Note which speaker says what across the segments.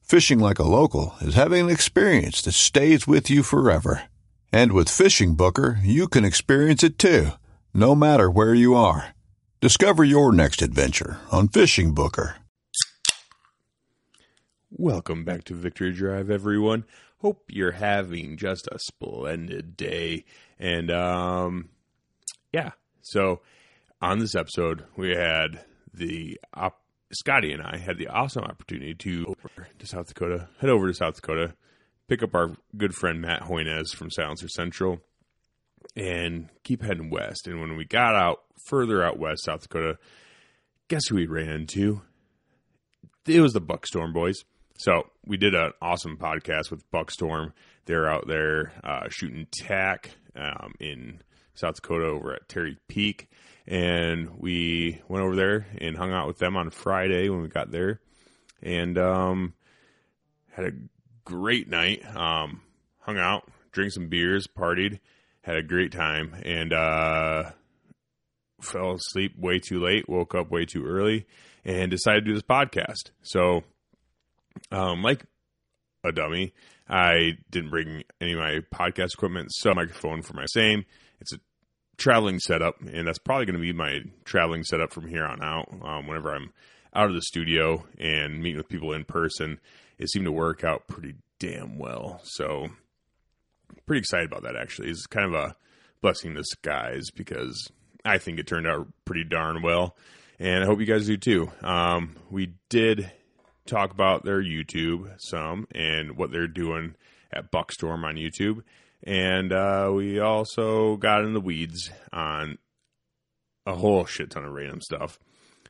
Speaker 1: Fishing like a local is having an experience that stays with you forever. And with Fishing Booker, you can experience it too, no matter where you are. Discover your next adventure on Fishing Booker.
Speaker 2: Welcome back to Victory Drive, everyone. Hope you're having just a splendid day. And, um, yeah. So, on this episode, we had the op- Scotty and I had the awesome opportunity to over to South Dakota, head over to South Dakota, pick up our good friend Matt Hoynes from Silencer Central, and keep heading west. And when we got out further out west, South Dakota, guess who we ran into? It was the Buckstorm boys. So we did an awesome podcast with Buckstorm. They're out there uh, shooting tack um, in South Dakota over at Terry Peak. And we went over there and hung out with them on Friday when we got there and um, had a great night. Um, hung out, drank some beers, partied, had a great time, and uh, fell asleep way too late, woke up way too early, and decided to do this podcast. So, um, like a dummy, I didn't bring any of my podcast equipment, so microphone for my same. It's a traveling setup, and that's probably going to be my traveling setup from here on out. Um, whenever I'm out of the studio and meeting with people in person, it seemed to work out pretty damn well. So, pretty excited about that. Actually, it's kind of a blessing in disguise because I think it turned out pretty darn well, and I hope you guys do too. Um, we did talk about their YouTube some and what they're doing at Buckstorm on YouTube. And uh, we also got in the weeds on a whole shit ton of random stuff.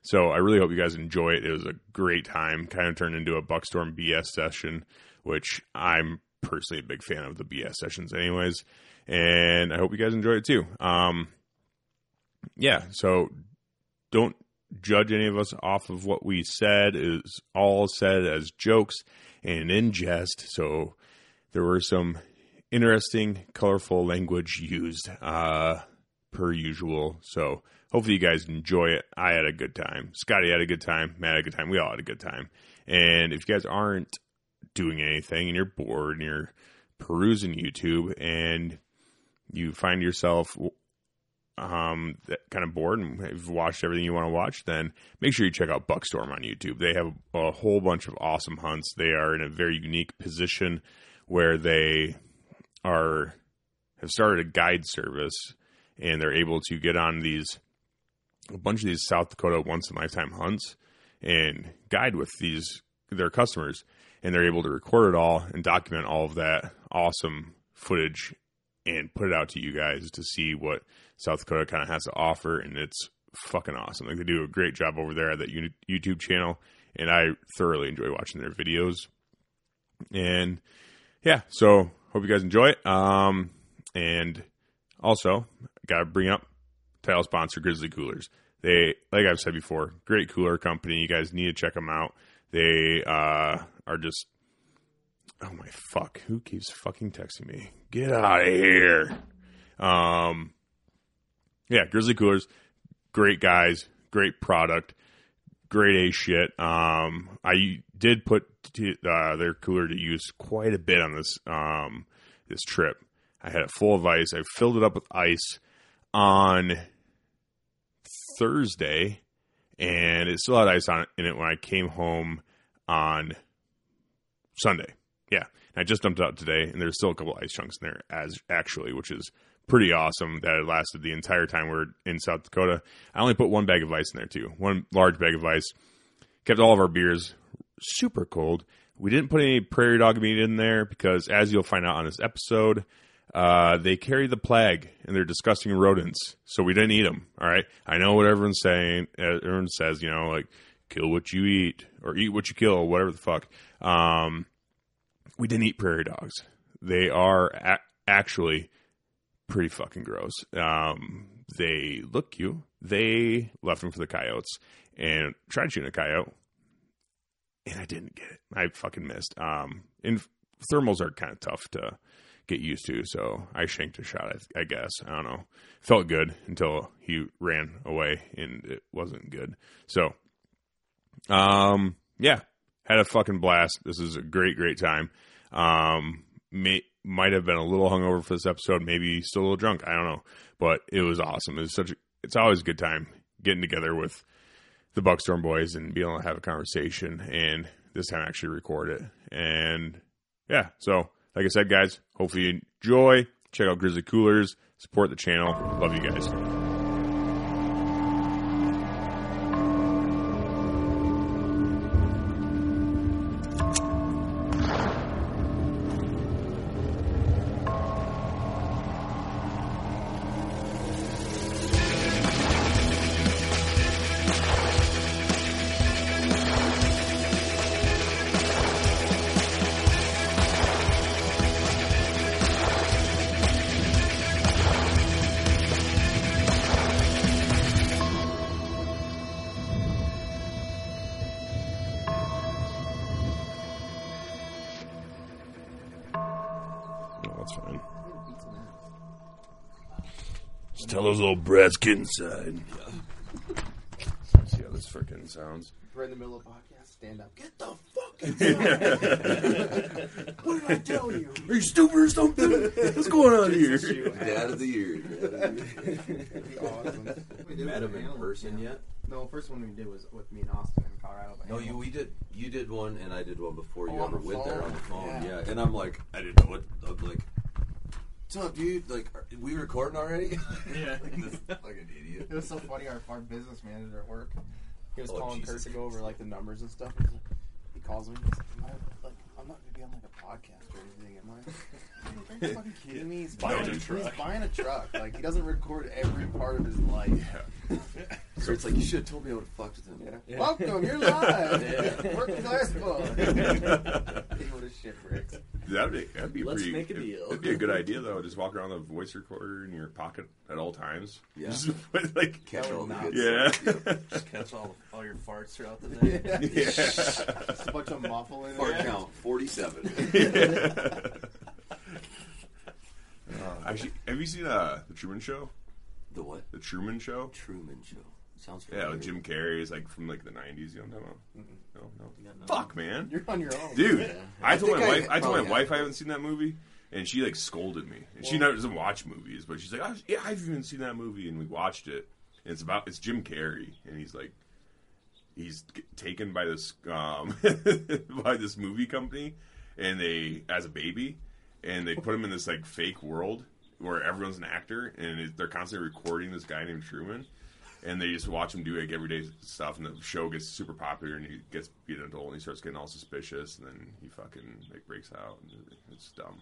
Speaker 2: So I really hope you guys enjoy it. It was a great time. Kind of turned into a Buckstorm BS session, which I'm personally a big fan of the BS sessions, anyways. And I hope you guys enjoy it too. Um, yeah, so don't judge any of us off of what we said. It was all said as jokes and in jest. So there were some interesting, colorful language used uh, per usual. So hopefully you guys enjoy it. I had a good time. Scotty had a good time. Matt had a good time. We all had a good time. And if you guys aren't doing anything and you're bored and you're perusing YouTube and you find yourself um, that kind of bored and have watched everything you want to watch, then make sure you check out Buckstorm on YouTube. They have a whole bunch of awesome hunts. They are in a very unique position where they are have started a guide service and they're able to get on these a bunch of these South Dakota once in a lifetime hunts and guide with these their customers and they're able to record it all and document all of that awesome footage and put it out to you guys to see what South Dakota kind of has to offer and it's fucking awesome. Like they do a great job over there at that Uni- YouTube channel and I thoroughly enjoy watching their videos. And yeah, so hope you guys enjoy it. Um, and also, got to bring up title sponsor Grizzly Coolers. They, like I've said before, great cooler company. You guys need to check them out. They uh, are just, oh my fuck, who keeps fucking texting me? Get out of here. Um, yeah, Grizzly Coolers, great guys, great product, great a shit. Um, I did put t- uh, their cooler to use quite a bit on this um, this trip. I had it full of ice. I filled it up with ice on Thursday, and it still had ice on it in it when I came home on Sunday. Yeah, and I just dumped it out today, and there's still a couple ice chunks in there as actually, which is pretty awesome that it lasted the entire time we we're in South Dakota. I only put one bag of ice in there too, one large bag of ice. Kept all of our beers super cold. We didn't put any prairie dog meat in there because, as you'll find out on this episode, uh, they carry the plague and they're disgusting rodents. So we didn't eat them. All right. I know what everyone's saying. Everyone says, you know, like kill what you eat or eat what you kill, whatever the fuck. Um, we didn't eat prairie dogs. They are a- actually pretty fucking gross. Um, they look cute. They left them for the coyotes and tried shooting a coyote, and I didn't get it. I fucking missed. Um, and thermals are kind of tough to get used to, so I shanked a shot. I, I guess I don't know. Felt good until he ran away, and it wasn't good. So, um, yeah, had a fucking blast. This is a great, great time. Um, may, might have been a little hungover for this episode, maybe still a little drunk. I don't know, but it was awesome. It's such. A, it's always a good time getting together with the Buckstorm boys and being able to have a conversation, and this time actually record it. And yeah, so like I said, guys, hopefully you enjoy. Check out Grizzly Coolers. Support the channel. Love you guys. Oh, No, that's fine. Just tell those little brats get inside. See how this freaking sounds.
Speaker 3: We're in the middle of a podcast. Stand up. Get the fuck inside. what did I tell you?
Speaker 2: Are you stupid or something? What's going on here?
Speaker 4: Dad of the year.
Speaker 3: That'd be awesome. We did
Speaker 4: Met
Speaker 3: one with
Speaker 4: him in
Speaker 3: animals,
Speaker 4: person
Speaker 3: yeah.
Speaker 4: yet?
Speaker 3: No, the first one we did was with me in Austin in Colorado. but
Speaker 4: No, you
Speaker 3: animals.
Speaker 4: we did. You did one, and I did one before you
Speaker 3: Oh, on
Speaker 4: ever
Speaker 3: the
Speaker 4: went there on the
Speaker 3: phone.
Speaker 4: phone. Yeah.
Speaker 3: Yeah.
Speaker 4: and I'm like, I didn't know what. I'm like, what's up, dude? Like, are we recording already?
Speaker 3: Yeah.
Speaker 4: like this fucking
Speaker 3: It
Speaker 4: idiot.
Speaker 3: was so funny. Our, our business manager at work, he was
Speaker 4: Oh,
Speaker 3: calling
Speaker 4: Jesus.
Speaker 3: Kurt to go over like the numbers and stuff. He's like, he calls me. He's like, "Am I- like, I'm not gonna be on like a podcast or anything, am I? I'm like, Are you fucking kidding me? He's buying,
Speaker 4: a
Speaker 3: He's
Speaker 4: truck.
Speaker 3: buying a truck. Like he doesn't record every part of his life.
Speaker 4: So it's like you should have told me I would have fucked with him.
Speaker 3: Yeah. Welcome, you're live. Working class bug. He would have shit bricks.
Speaker 2: That'd be, that'd be
Speaker 5: Let's
Speaker 2: pretty,
Speaker 5: make a deal.
Speaker 2: That'd be a good idea, though. Just walk around with a voice recorder in your pocket at all times.
Speaker 4: Yeah.
Speaker 2: Just put, like,
Speaker 4: Catch all the
Speaker 5: That
Speaker 4: good
Speaker 5: would
Speaker 2: yeah.
Speaker 4: stuff.
Speaker 5: Just catch all, all your farts throughout the day.
Speaker 3: Just a bunch of muffle in
Speaker 4: Fart
Speaker 3: there.
Speaker 4: count forty-seven.
Speaker 2: Actually, have you seen uh, the Truman Show?
Speaker 4: the what?
Speaker 2: The Truman Show?
Speaker 4: Truman Show. Sounds
Speaker 2: Yeah,
Speaker 4: familiar.
Speaker 2: with Jim Carrey is like from like the nineties. You know what I'm talking about? No, no. Fuck, man,
Speaker 3: You're on your own.
Speaker 2: dude. I,
Speaker 4: I
Speaker 2: told my
Speaker 4: think I
Speaker 2: wife. I told my
Speaker 4: probably
Speaker 2: wife I haven't seen that movie, and she like scolded me. And she never doesn't watch movies, but she's like, oh, yeah, I've even seen that movie, and we watched it. And it's about it's Jim Carrey, and he's like, he's g- taken by this um by this movie company, and they as a baby, and they put him in this like fake world where everyone's an actor, and it, they're constantly recording this guy named Truman and they just watch him do like everyday stuff, and the show gets super popular, and he gets be an adult, and he starts getting all suspicious, and then he fucking like breaks out, and it's dumb.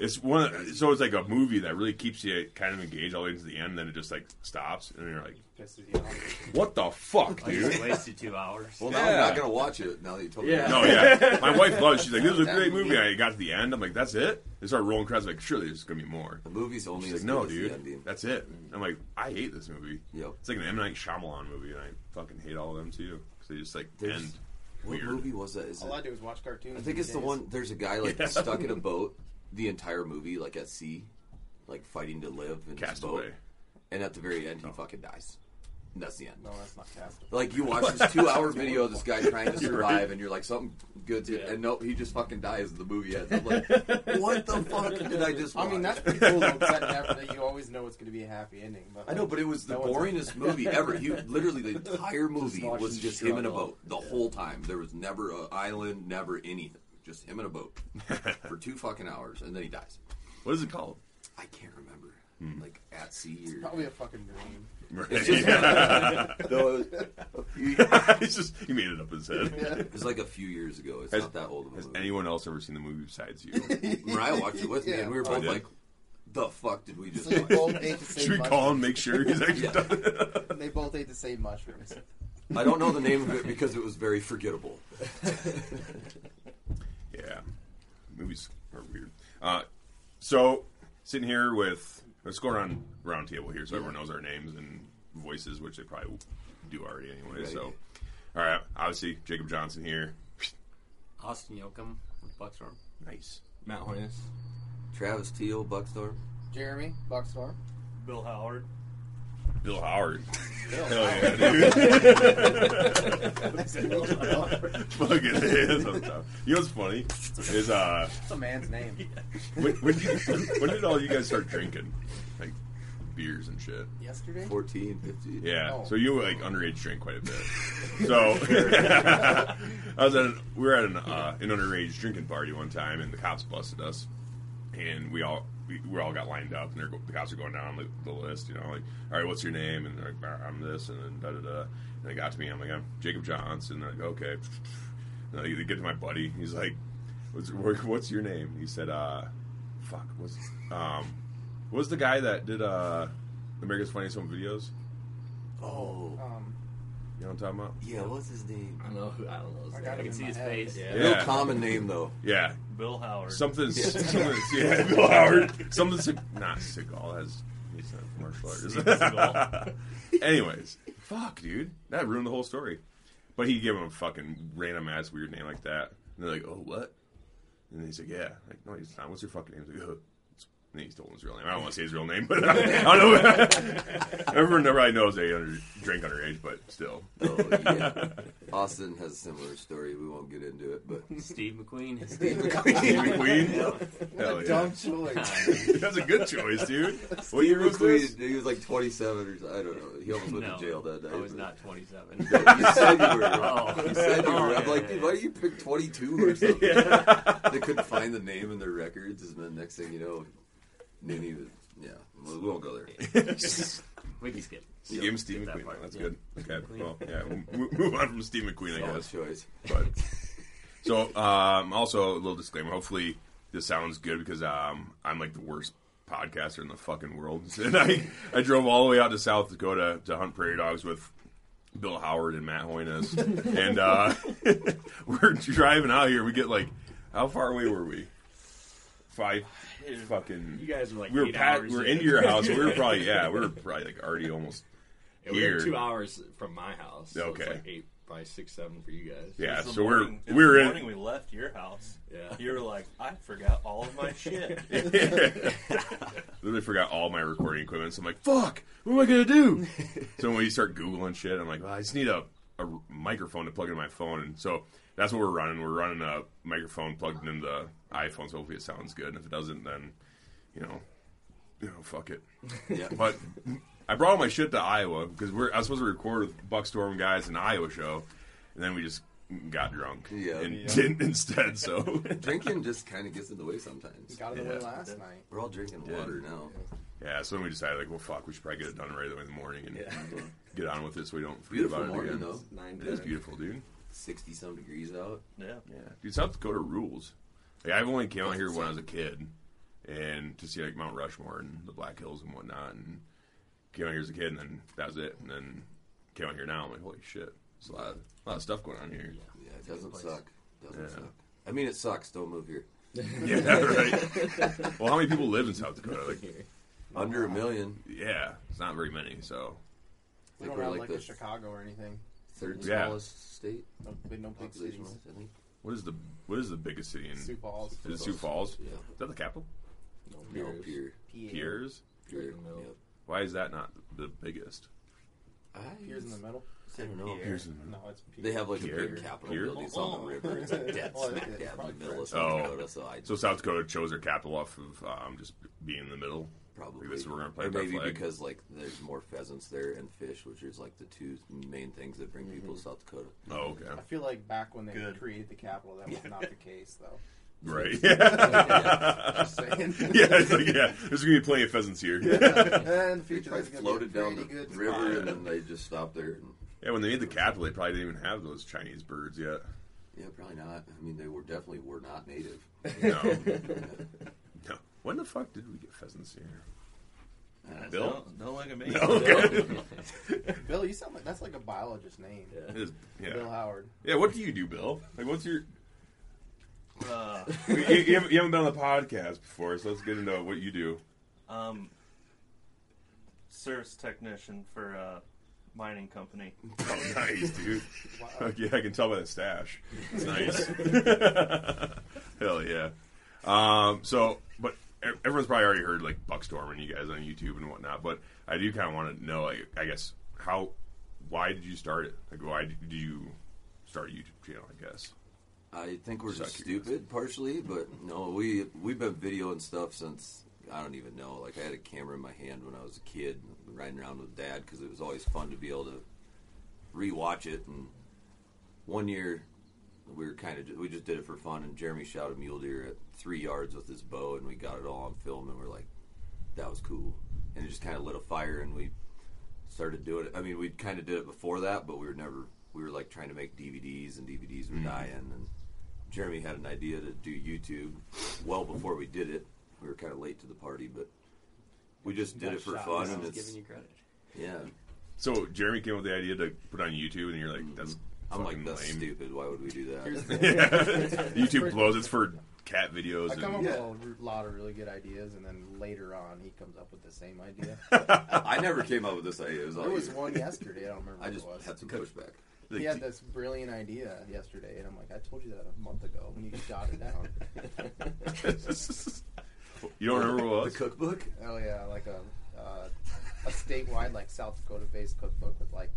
Speaker 2: It's one, of, so it's like a movie that really keeps you kind of engaged all the way to the end, and then it just like stops, and you're like,
Speaker 3: Pisses you off.
Speaker 2: what the fuck, dude?
Speaker 5: wasted two hours.
Speaker 4: Well, now
Speaker 2: Yeah.
Speaker 4: I'm not gonna watch it. Now that you told me.
Speaker 5: Yeah.
Speaker 4: that.
Speaker 2: No, yeah, my wife loves. it. She's like, this is a
Speaker 4: That
Speaker 2: great movie.
Speaker 4: movie.
Speaker 2: I got to the end, I'm like, that's it. They start rolling credits, like, sure, there's gonna be more.
Speaker 4: The movie's only
Speaker 2: She's like,
Speaker 4: as
Speaker 2: no,
Speaker 4: good as the
Speaker 2: dude,
Speaker 4: ending.
Speaker 2: that's it. I'm like, I hate this movie.
Speaker 4: Yep.
Speaker 2: It's like an M Night Shyamalan movie, and I fucking hate all of them too because they just like
Speaker 4: There's-
Speaker 2: end.
Speaker 4: What
Speaker 2: Weird.
Speaker 4: movie was that? Is it
Speaker 3: All I do is watch cartoons.
Speaker 4: I think
Speaker 3: these
Speaker 4: it's the
Speaker 3: days.
Speaker 4: one. There's a guy like stuck in a boat the entire movie, like at sea, like fighting to live in this boat,
Speaker 2: Castaway. Oh.
Speaker 4: and at the very end he fucking dies. And that's the end.
Speaker 3: No, that's not cast.
Speaker 4: Like you watch this two-hour video of this guy trying to survive, and you're like, something good's it, and nope, he just fucking dies. and The movie ends. I'm like, what the fuck did I just? Watch?
Speaker 3: I mean, that's pretty cool though, 'cause that, after that, you always know it's going to be a happy ending. But
Speaker 4: I know, but it was the
Speaker 3: No one's-
Speaker 4: boringest movie ever. You literally the entire movie
Speaker 3: watch
Speaker 4: was
Speaker 3: him
Speaker 4: just him in a
Speaker 3: struggle.
Speaker 4: boat the whole time. There was never an island, never anything. Just him in a boat for two fucking hours, and then he dies.
Speaker 2: What is it called?
Speaker 4: I can't remember,
Speaker 2: Hmm.
Speaker 4: like at sea or.
Speaker 3: probably a fucking dream.
Speaker 4: It's just no, it was
Speaker 2: uh,
Speaker 4: a few- it
Speaker 2: He's just he made it up in his head.
Speaker 4: was like a few years ago. It's not that old of a
Speaker 2: Has
Speaker 4: movie.
Speaker 2: anyone else ever seen the movie besides you?
Speaker 4: Mariah watched it with me, and we were
Speaker 2: Yeah.
Speaker 4: both
Speaker 2: Oh, yeah.
Speaker 4: like, "The fuck did we just?"
Speaker 3: They
Speaker 4: watch?
Speaker 3: both ate the
Speaker 2: Should
Speaker 3: same
Speaker 2: we call him? Make sure he's actually
Speaker 4: Yeah.
Speaker 2: done. it?
Speaker 3: mushrooms. They both ate the same mushrooms.
Speaker 4: I don't know the name of it because it was very forgettable.
Speaker 2: Yeah, movies are weird. Uh, so sitting here with let's go around round table here, so everyone knows our names and voices, which they probably do already anyway.
Speaker 4: Right.
Speaker 2: So, all right, obviously Jacob Johnson here.
Speaker 6: Austin Yoakum with Buckstorm.
Speaker 2: Nice.
Speaker 7: Matt Hornus.
Speaker 4: Travis Teal, Buckstorm.
Speaker 3: Jeremy Buckstorm.
Speaker 5: Bill Howard.
Speaker 2: Bill Howard.
Speaker 3: Bill. Nice to meet you, Bill.
Speaker 2: Fuck it is. on top. You know what's funny? Is uh
Speaker 3: That's a man's name.
Speaker 2: when, when, you, when did all you guys start drinking? Like beers and shit.
Speaker 3: Yesterday.
Speaker 4: 14, 15.
Speaker 2: Yeah.
Speaker 3: Oh.
Speaker 2: So you like underage drink quite a bit. so I was at an, we were at an, uh, an underage drinking party one time, and the cops busted us, and we all. We, we all got lined up, and they're, go- the cops are going down the, the list. You know, like, all right, what's your name? And they're like, "Bah, I'm this, and then da da da. And they got to me. I'm like, I'm Jacob Johnson. And they're like, okay. And they they get to my buddy. He's like, what's, what's your name? And he said, uh, fuck, what's um, what was the guy that did uh, America's Funniest Home Videos?
Speaker 4: Oh,
Speaker 3: Um,
Speaker 2: You know what I'm talking about?
Speaker 4: yeah. What's his name?
Speaker 7: I don't know who. I don't know. His
Speaker 3: I
Speaker 7: name.
Speaker 3: got
Speaker 7: I
Speaker 3: him
Speaker 7: can
Speaker 3: in
Speaker 7: see
Speaker 3: my
Speaker 7: his
Speaker 3: head.
Speaker 7: face.
Speaker 2: Yeah.
Speaker 4: Real common name though.
Speaker 2: Yeah.
Speaker 5: Bill Howard.
Speaker 2: Something. something yeah, Bill Howard. Something. Sig- not Seagal. That's he's not a martial artist. Anyways, fuck, dude, that ruined the whole story. But he gave him a fucking random ass weird name like that, and they're like, "Oh, what?" And he's like, "Yeah." Like, no, he's not. What's your fucking name? He's like, "Ugh." And he told him his real name. I don't want to say his real name, but I, don't know. Everyone everybody knows they under, drink underage, but still.
Speaker 4: Oh, yeah. Austin has a similar story. We won't get into it, but
Speaker 6: Steve McQueen.
Speaker 2: McQueen. Hell yeah.
Speaker 3: Dumb choice.
Speaker 2: That's a good choice, dude. What year was this?
Speaker 4: he was like 27 or so- I don't know. He almost went
Speaker 6: no,
Speaker 4: to jail that day.
Speaker 6: I was
Speaker 4: but-
Speaker 6: not 27.
Speaker 4: You said you were.
Speaker 6: Oh.
Speaker 4: You said you were.
Speaker 6: Oh,
Speaker 4: I'm
Speaker 6: yeah,
Speaker 4: like,
Speaker 6: yeah,
Speaker 4: dude,
Speaker 6: yeah.
Speaker 4: why do you pick 22 or something? they couldn't find the name in their records, and then next thing you know, then he was. Yeah, well, we won't go there.
Speaker 6: We can skip.
Speaker 2: You gave him Steve
Speaker 6: Get that
Speaker 2: McQueen.
Speaker 6: part.
Speaker 2: That's
Speaker 6: Yeah.
Speaker 2: good. Okay. Well, yeah. We'll mo- move on from Steve McQueen, I
Speaker 4: Solid
Speaker 2: guess.
Speaker 4: choice.
Speaker 2: But so, um, also a little disclaimer. Hopefully, this sounds good because um, I'm like the worst podcaster in the fucking world. And I, I drove all the way out to South Dakota to hunt prairie dogs with Bill Howard and Matt Hoynes, and uh, we're driving out here. We get like, how far away were we? Five, fucking.
Speaker 7: You guys were like
Speaker 2: we were
Speaker 7: eight
Speaker 2: pat,
Speaker 7: hours
Speaker 2: we were
Speaker 7: in.
Speaker 2: into your house. so we were probably yeah, we were probably like already almost
Speaker 7: Yeah, we were
Speaker 2: here.
Speaker 7: two hours from my house. So
Speaker 2: Okay.
Speaker 7: It's like eight by six, seven for you guys.
Speaker 2: yeah.
Speaker 5: It was the
Speaker 2: So we're
Speaker 5: morning- it was
Speaker 2: we were
Speaker 5: the
Speaker 2: in
Speaker 5: morning we left your house.
Speaker 7: Yeah.
Speaker 5: You were like, I forgot all of my shit.
Speaker 2: literally forgot all my recording equipment. So I'm like, fuck, what am I gonna do? so when you start googling shit, I'm like, well, I just need a, a microphone to plug into my phone. And so that's what we're running. We're running a microphone plugged into the iPhone, so hopefully it sounds good. And if it doesn't, then you know, you know, fuck it.
Speaker 4: Yeah.
Speaker 2: But I brought all my shit to Iowa because we're I was supposed to record with Buckstorm guys in Iowa show, and then we just got drunk
Speaker 4: Yeah.
Speaker 2: and
Speaker 4: Yeah.
Speaker 2: didn't instead. So
Speaker 4: Drinking just kind of gets in the way sometimes.
Speaker 3: Got it away
Speaker 2: Yeah.
Speaker 3: last night.
Speaker 4: We're all drinking water now.
Speaker 2: yeah, so then we decided like, well, fuck, we should probably get it done right away in the morning and get on with it so we don't forget
Speaker 4: Beautiful
Speaker 2: about it
Speaker 4: morning
Speaker 2: again.
Speaker 4: though.
Speaker 7: Nine
Speaker 2: It is beautiful, dude.
Speaker 4: 60 some degrees out.
Speaker 5: yeah.
Speaker 2: Dude, South Dakota rules. Like, I've only came out here when I was a kid, and to see like Mount Rushmore and the Black Hills and whatnot, and came out here as a kid, and then that was it. And then came out here now, I'm like, holy shit, there's a lot, of, a lot of stuff going on here.
Speaker 4: Yeah, it doesn't suck. Doesn't
Speaker 2: Yeah.
Speaker 4: suck. I mean, it sucks. Don't move here.
Speaker 2: Yeah, right. well, how many people live in South Dakota? Like,
Speaker 4: Under a million.
Speaker 2: yeah, it's not very many. So
Speaker 3: We
Speaker 4: Like
Speaker 3: don't
Speaker 4: we're
Speaker 3: have
Speaker 4: like
Speaker 3: like
Speaker 4: the-
Speaker 3: a Chicago or anything.
Speaker 4: Third
Speaker 2: Yeah.
Speaker 4: smallest state
Speaker 3: No, big- no big
Speaker 4: population
Speaker 3: cities.
Speaker 4: wise, I think.
Speaker 2: what is the what is the biggest city in?
Speaker 3: Sioux Falls.
Speaker 2: Is it Sioux Falls?
Speaker 4: Yeah.
Speaker 2: Is that the capital?
Speaker 7: No
Speaker 4: No
Speaker 7: beers.
Speaker 4: beer.
Speaker 2: Piers?
Speaker 7: You're in the middle.
Speaker 2: Why is that not the biggest?
Speaker 3: Piers in the middle.
Speaker 4: I don't know.
Speaker 2: Piers in the
Speaker 5: No, it's
Speaker 4: They have like
Speaker 2: Pier?
Speaker 4: a big capital
Speaker 2: Pier?
Speaker 4: building. It's on the river. It's like dead
Speaker 3: Oh,
Speaker 4: smack
Speaker 3: it's
Speaker 4: dab in the
Speaker 3: probably
Speaker 4: middle of
Speaker 3: French.
Speaker 4: South
Speaker 2: Oh.
Speaker 4: Dakota. So I
Speaker 2: So South Dakota chose their capital off of um, just being in the middle.
Speaker 4: probably
Speaker 2: Because we're gonna play
Speaker 4: or
Speaker 2: that
Speaker 4: maybe
Speaker 2: flag.
Speaker 4: because like there's more pheasants there and fish, which is like the two main things that bring people to South Dakota.
Speaker 2: Oh, okay.
Speaker 3: I feel like back when they created the capital, that was not the case, though.
Speaker 2: Right. Yeah.
Speaker 3: Just saying.
Speaker 2: yeah, it's like, yeah. There's gonna be plenty of pheasants here.
Speaker 3: and the
Speaker 4: They
Speaker 3: future
Speaker 4: tried
Speaker 3: is
Speaker 4: to
Speaker 3: going
Speaker 4: float
Speaker 3: to
Speaker 4: it
Speaker 3: be
Speaker 4: down
Speaker 3: pretty
Speaker 4: the
Speaker 3: good.
Speaker 4: river
Speaker 3: spot.
Speaker 4: and then they just stopped there. And,
Speaker 2: Yeah, when they made the capital, they probably didn't even have those Chinese birds yet.
Speaker 4: yeah, probably not. I mean, they were definitely were not native.
Speaker 2: No. no. When the fuck did we get pheasants here? Uh, Bill?
Speaker 5: Don't, don't look at me.
Speaker 2: No, okay.
Speaker 3: Bill, you sound like that's like a biologist name.
Speaker 2: It is-
Speaker 3: Bill
Speaker 2: yeah.
Speaker 3: Howard.
Speaker 2: Yeah. What do you do, Bill? Like, what's your?
Speaker 5: Uh,
Speaker 2: You, you haven't, you haven't been on the podcast before, so let's get into what you do.
Speaker 5: um, service technician for a mining company.
Speaker 2: Oh, nice, dude.
Speaker 3: Wow.
Speaker 2: Fuck yeah, I can tell by the stash. It's nice. Hell yeah. Um, so, but e- everyone's probably already heard like Buckstorm and you guys on YouTube and whatnot. But I do kind of want to know, like, I guess, how, why did you start it? Like, why did you start a YouTube channel? I guess.
Speaker 4: I think we're just
Speaker 2: Suck your ass.
Speaker 4: stupid partially, but no, we we've been videoing stuff since I don't even know. Like I had a camera in my hand when I was a kid, riding around with dad because it was always fun to be able to rewatch it. And one year we were kind of we just did it for fun, and Jeremy shot a mule deer at three yards with his bow, and we got it all on film, and we're like, that was cool, and it just kind of lit a fire, and we started doing it. I mean, we kind of did it before that, but we were never we were like trying to make DVDs, and DVDs
Speaker 2: Mm.
Speaker 4: were dying, and Jeremy had an idea to do YouTube well before we did it. We were kind of late to the party, but we just did it for fun, and it's
Speaker 6: giving you credit.
Speaker 4: yeah.
Speaker 2: So Jeremy came up with the idea to put on YouTube, and you're like, that's
Speaker 4: Mm-hmm. I'm like
Speaker 2: fucking
Speaker 4: that's
Speaker 2: lame.
Speaker 4: stupid. Why would we do
Speaker 3: Here's
Speaker 4: that?
Speaker 3: the thing.
Speaker 2: Yeah. YouTube blows. It's for cat videos.
Speaker 3: I come up
Speaker 2: and,
Speaker 3: with a lot of really good ideas, and then later on, he comes up with the same idea.
Speaker 4: Oh, I never came up with this idea. It was, all
Speaker 3: there was
Speaker 4: you.
Speaker 3: one yesterday. I don't remember
Speaker 4: I
Speaker 3: what
Speaker 4: just
Speaker 3: it was.
Speaker 4: had some pushback.
Speaker 2: like,
Speaker 3: he had this brilliant idea yesterday, and I'm like, I told you that a month ago, and you shot it down.
Speaker 2: you don't remember what it
Speaker 4: The
Speaker 2: was?
Speaker 4: cookbook.
Speaker 3: oh yeah, like a uh, a statewide like South Dakota based cookbook with like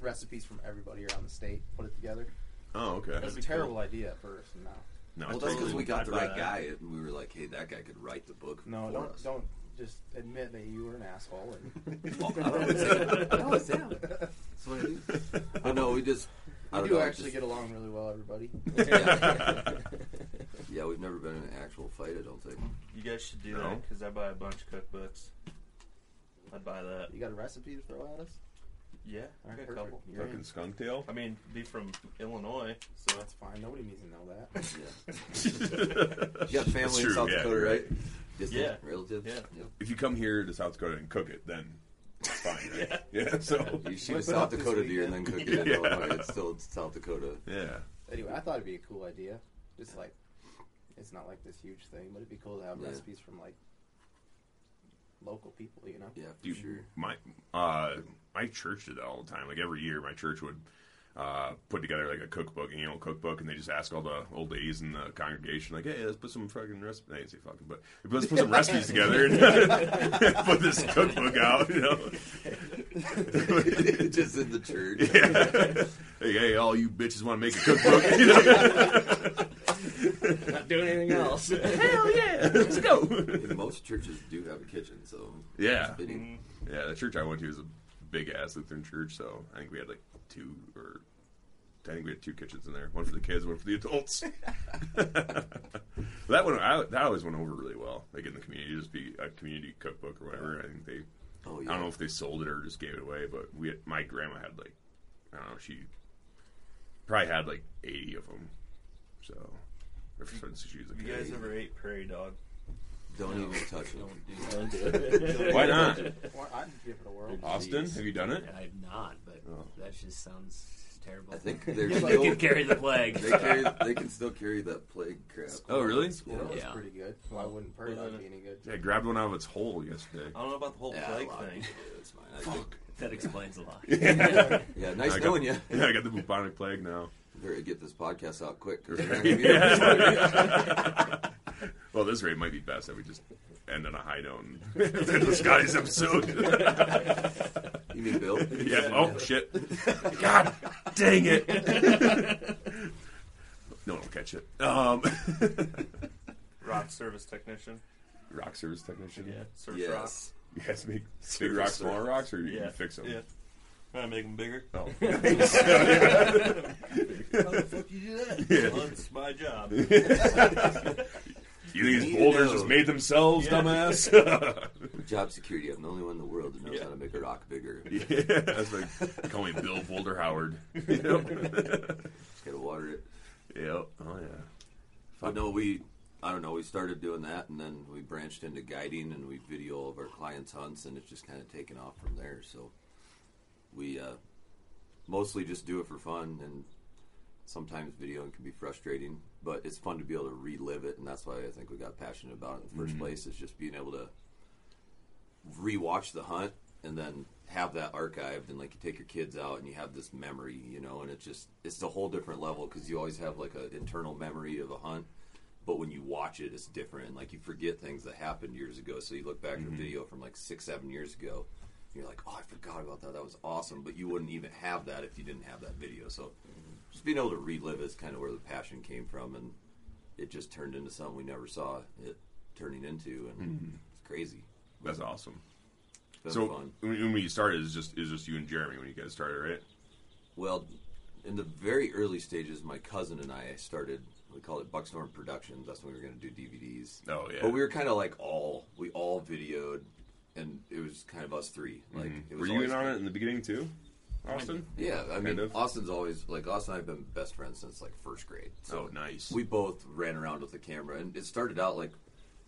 Speaker 3: recipes from everybody around the state. Put it together.
Speaker 2: Oh, okay.
Speaker 3: It was a terrible idea at first. No,
Speaker 2: No,
Speaker 4: Well,
Speaker 2: it's
Speaker 4: that's because
Speaker 2: totally-
Speaker 4: we got the
Speaker 5: I'd buy
Speaker 4: right
Speaker 5: that.
Speaker 4: guy, and we were like, "Hey, that guy could write the book."
Speaker 3: no,
Speaker 4: for
Speaker 3: don't
Speaker 4: us.
Speaker 3: don't just admit that you were an asshole. And
Speaker 4: Well, I don't say that. No, it's him. That's what I do. But no, we just.
Speaker 3: we
Speaker 4: I don't
Speaker 3: do
Speaker 4: know, it
Speaker 3: actually
Speaker 4: just-
Speaker 3: get along really well, everybody.
Speaker 4: yeah. Yeah, we've never been in an actual fight. I don't think.
Speaker 5: You guys should do
Speaker 2: No.
Speaker 5: that because I buy a bunch of cookbooks. I'd buy that.
Speaker 3: You got a recipe to throw at us?
Speaker 5: Yeah, I
Speaker 3: All right,
Speaker 5: got a
Speaker 3: perfect.
Speaker 5: couple.
Speaker 3: You're in.
Speaker 2: Fucking skunk tail.
Speaker 5: I mean, be from Illinois, so
Speaker 3: That's fine. Nobody needs to know that.
Speaker 4: Yeah. You got
Speaker 2: yeah,
Speaker 4: family in South Dakota, right? Distant
Speaker 5: Yeah.
Speaker 4: relatives.
Speaker 5: Yeah.
Speaker 2: If you come here to South Dakota and cook it, then it's fine. Right? yeah. So
Speaker 4: You shoot
Speaker 3: Whip it
Speaker 4: a South
Speaker 3: up this
Speaker 4: Dakota deer and then
Speaker 3: weekend.
Speaker 4: cook it in
Speaker 2: Yeah.
Speaker 4: Illinois. It's still South Dakota.
Speaker 2: yeah,
Speaker 3: Anyway, I thought it'd be a cool idea. Just like it's not like this huge thing, but it'd be cool to have
Speaker 4: Yeah.
Speaker 3: recipes from like local people, you know?
Speaker 4: Yeah, for
Speaker 2: dude,
Speaker 4: sure.
Speaker 2: my uh, my church did that all the time. Like every year, my church would. Uh, put together like a cookbook, annual cookbook, and they just ask all the old ladies in the congregation, like, "Hey, let's put some fucking recipes." They didn't say fucking, but let's put some recipes together and put this cookbook out. You know,
Speaker 4: Just in the church.
Speaker 2: Yeah. hey, hey, all you bitches want to make a cookbook? You know?
Speaker 6: Not doing anything else.
Speaker 2: Hell yeah, let's go.
Speaker 4: And most churches do have a kitchen, so
Speaker 2: Yeah,
Speaker 4: fitting.
Speaker 3: Mm-hmm.
Speaker 2: yeah. The church I went to is a big ass Lutheran church, so I think we had like two or I think we had two kitchens in there, one for the kids, one for the adults. that one, I, that always went over really well. Like in the community, just be a community cookbook or whatever. I think they
Speaker 4: Oh
Speaker 2: I
Speaker 4: yeah.
Speaker 2: don't know if they sold it or just gave it away, but we had, my grandma had like I don't know she probably had like eighty of them. So or since she was a
Speaker 5: You
Speaker 2: kid.
Speaker 5: guys ever ate prairie dog?
Speaker 4: Don't even touch it.
Speaker 6: Don't do that. Don't do it.
Speaker 2: Why not?
Speaker 3: Or I'd give it a whirl.
Speaker 2: Austin, have you done it?
Speaker 6: I've not, but
Speaker 2: Oh.
Speaker 6: that just sounds terrible.
Speaker 4: I think they're
Speaker 6: they
Speaker 4: still
Speaker 6: can carry the plague.
Speaker 4: they carry they can still carry that plague crap.
Speaker 2: Oh really?
Speaker 3: Squirrel was
Speaker 6: Yeah.
Speaker 3: pretty good. Why wouldn't prairie
Speaker 5: Well,
Speaker 3: dog
Speaker 5: then-
Speaker 3: be any good?
Speaker 2: Yeah, I grabbed one out of its hole yesterday.
Speaker 5: I don't know about the whole
Speaker 4: Yeah, a
Speaker 5: plague
Speaker 4: lot of
Speaker 5: thing.
Speaker 4: people do. It's fine. I think-
Speaker 6: that explains a lot.
Speaker 4: Yeah, nice
Speaker 2: I got-
Speaker 4: knowing you.
Speaker 2: Yeah, I got the bubonic plague now.
Speaker 4: Better get this podcast out quick. 'cause we're gonna be-
Speaker 2: Yeah. Well, this rate might be best that we just end on a high note. and this guy's episode.
Speaker 4: You mean Bill?
Speaker 2: yeah. Oh shit. God dang it. no one will catch it. Um,
Speaker 5: Rock service technician.
Speaker 2: rock service technician.
Speaker 5: Yeah. Surf
Speaker 4: Yes.
Speaker 2: You guys make big rocks, smaller rocks, or you
Speaker 5: rock.
Speaker 2: can fix them.
Speaker 5: Yeah. Trying to make them bigger.
Speaker 2: Oh.
Speaker 5: How the fuck you do that? Well, it's my job.
Speaker 2: You think these
Speaker 4: You
Speaker 2: boulders
Speaker 4: know.
Speaker 2: just made themselves,
Speaker 5: Yeah.
Speaker 2: dumbass?
Speaker 4: Job security. I'm the only one in the world who knows how to make a rock bigger.
Speaker 2: yeah. That's like call me Bill Boulder Howard. yep.
Speaker 4: Just gotta water it.
Speaker 2: Yep. Oh yeah.
Speaker 4: But no, we, I don't know, we started doing that and then we branched into guiding and we video all of our clients' hunts and it's just kind of taken off from there. So we uh, mostly just do it for fun and sometimes videoing can be frustrating, but it's fun to be able to relive it and that's why I think we got passionate about it in
Speaker 2: Mm-hmm.
Speaker 4: the 1st place is just being able to rewatch the hunt and then have that archived and like you take your kids out and you have this memory you know and it's just it's a whole different level because you always have like an internal memory of a hunt but when you watch it it's different and like you forget things that happened years ago so you look back at a video from like six seven years ago and you're like oh i forgot about that that was awesome but you wouldn't even have that if you didn't have that video so just being able to relive is kind of where the passion came from and it just turned into something we never saw it turning into and it's crazy
Speaker 2: That's awesome.
Speaker 4: It's been
Speaker 2: so
Speaker 4: fun.
Speaker 2: when when you started, it was just it was just you and Jeremy when you guys started, right?
Speaker 4: Well, in the very early stages, my cousin and I started. We called it Buckstorm Productions. That's when we were going to do DVDs.
Speaker 2: Oh, yeah.
Speaker 4: But we were kind of like all we all videoed, and it was kind of us three. Like it
Speaker 2: Mm-hmm. Were
Speaker 4: was
Speaker 2: you in
Speaker 4: always-
Speaker 2: on it in the beginning too, Austin?
Speaker 4: Yeah, I mean,
Speaker 2: Kind of.
Speaker 4: Austin's always like Austin and I've been best friends since like first grade. So
Speaker 2: Oh, nice.
Speaker 4: we both ran around with the camera and it started out like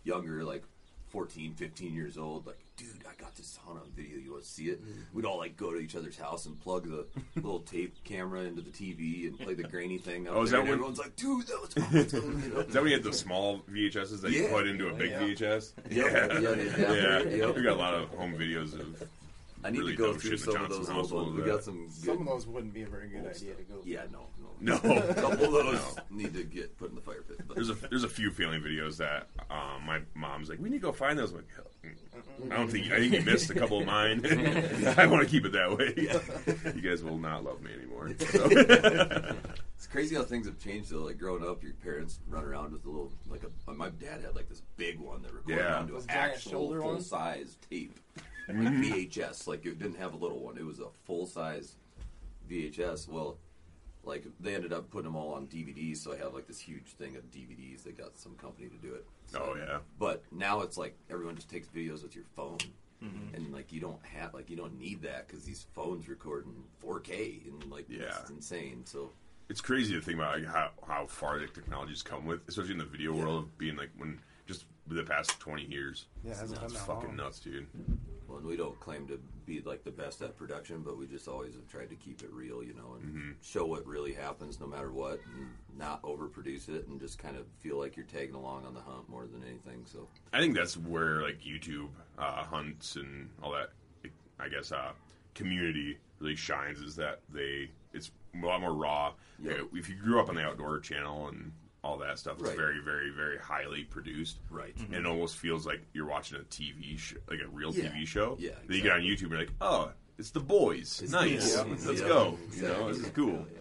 Speaker 4: younger like 14 15 years old like dude i got this hunt on video you want to see it
Speaker 3: Mm-hmm.
Speaker 4: we'd all like go to each other's house and plug the little tape camera into the tv and play the grainy thing up
Speaker 2: Oh, is
Speaker 4: there,
Speaker 2: that
Speaker 4: and
Speaker 2: when-
Speaker 4: everyone's like dude that was awesome you know?
Speaker 2: Is that when you had the small VHSs that you
Speaker 4: Yeah.
Speaker 2: put into a big
Speaker 4: Yeah.
Speaker 2: VHS?
Speaker 4: Yep.
Speaker 2: Yeah.
Speaker 4: Yeah, yeah,
Speaker 2: Yeah.
Speaker 4: yeah. Yep.
Speaker 2: We got a lot of home videos of.
Speaker 4: i need
Speaker 2: really
Speaker 4: to go
Speaker 2: dumb
Speaker 4: through
Speaker 2: shit in the
Speaker 4: some
Speaker 2: Johnson
Speaker 4: of those old
Speaker 2: household,
Speaker 4: ones we
Speaker 2: uh,
Speaker 4: got some
Speaker 3: Some of
Speaker 4: good
Speaker 3: those wouldn't be a very good idea to go.
Speaker 4: yeah no no
Speaker 2: No.
Speaker 4: a couple of those need to get put in the fire pit but
Speaker 2: There's a there's a few family videos that um, my mom's like, we need to go find those. I'm like, "Hell, mm, I don't think I think you missed a couple of mine. I want to keep it that way. you guys will not love me anymore. So-
Speaker 4: It's crazy how things have changed though. Like growing up, your parents run around with a little like a. My dad had like this big one that recorded
Speaker 2: Yeah.
Speaker 4: onto an
Speaker 3: Those giant
Speaker 4: actual
Speaker 3: shoulder
Speaker 4: full
Speaker 3: ones?
Speaker 4: size tape, like VHS. Like it didn't have a little one. It was a full size VHS. Well, like they ended up putting them all on DVDs. So I have like this huge thing of DVDs. They got some company to do it. So-
Speaker 2: oh yeah.
Speaker 4: but now it's like everyone just takes videos with your phone,
Speaker 2: Mm-hmm.
Speaker 4: and like you don't have like you don't need that because these phones record in 4K and like
Speaker 2: Yeah.
Speaker 4: it's insane. So
Speaker 2: it's crazy to think about like, how how far the technology's come with, especially in the video world of being like when just the past twenty years.
Speaker 3: Yeah, it hasn't
Speaker 2: it's
Speaker 3: been that
Speaker 2: fucking
Speaker 3: long.
Speaker 2: nuts, dude.
Speaker 4: Well, and we don't claim to be like the best at production, but we just always have tried to keep it real, you know, and
Speaker 2: Mm-hmm.
Speaker 4: show what really happens no matter what, and not overproduce it, and just kind of feel like you're tagging along on the hunt more than anything. So
Speaker 2: I think that's where like YouTube uh, hunts and all that. I guess uh, community really shines is that they it's a lot more raw.
Speaker 4: Yep.
Speaker 2: Like, if you grew up on the outdoor channel and all that stuff, it's
Speaker 4: Right.
Speaker 2: very, very, very highly produced.
Speaker 4: Right.
Speaker 2: and it almost feels like you're watching a TV show, like a real
Speaker 4: Yeah.
Speaker 2: TV show.
Speaker 4: Yeah,
Speaker 2: Then you get on YouTube and you're like, oh, it's the boys.
Speaker 4: It's
Speaker 2: nice.
Speaker 4: the
Speaker 2: Let's
Speaker 4: boys. Yeah.
Speaker 2: go. You
Speaker 4: Exactly.
Speaker 2: know, this is cool.
Speaker 4: Yeah.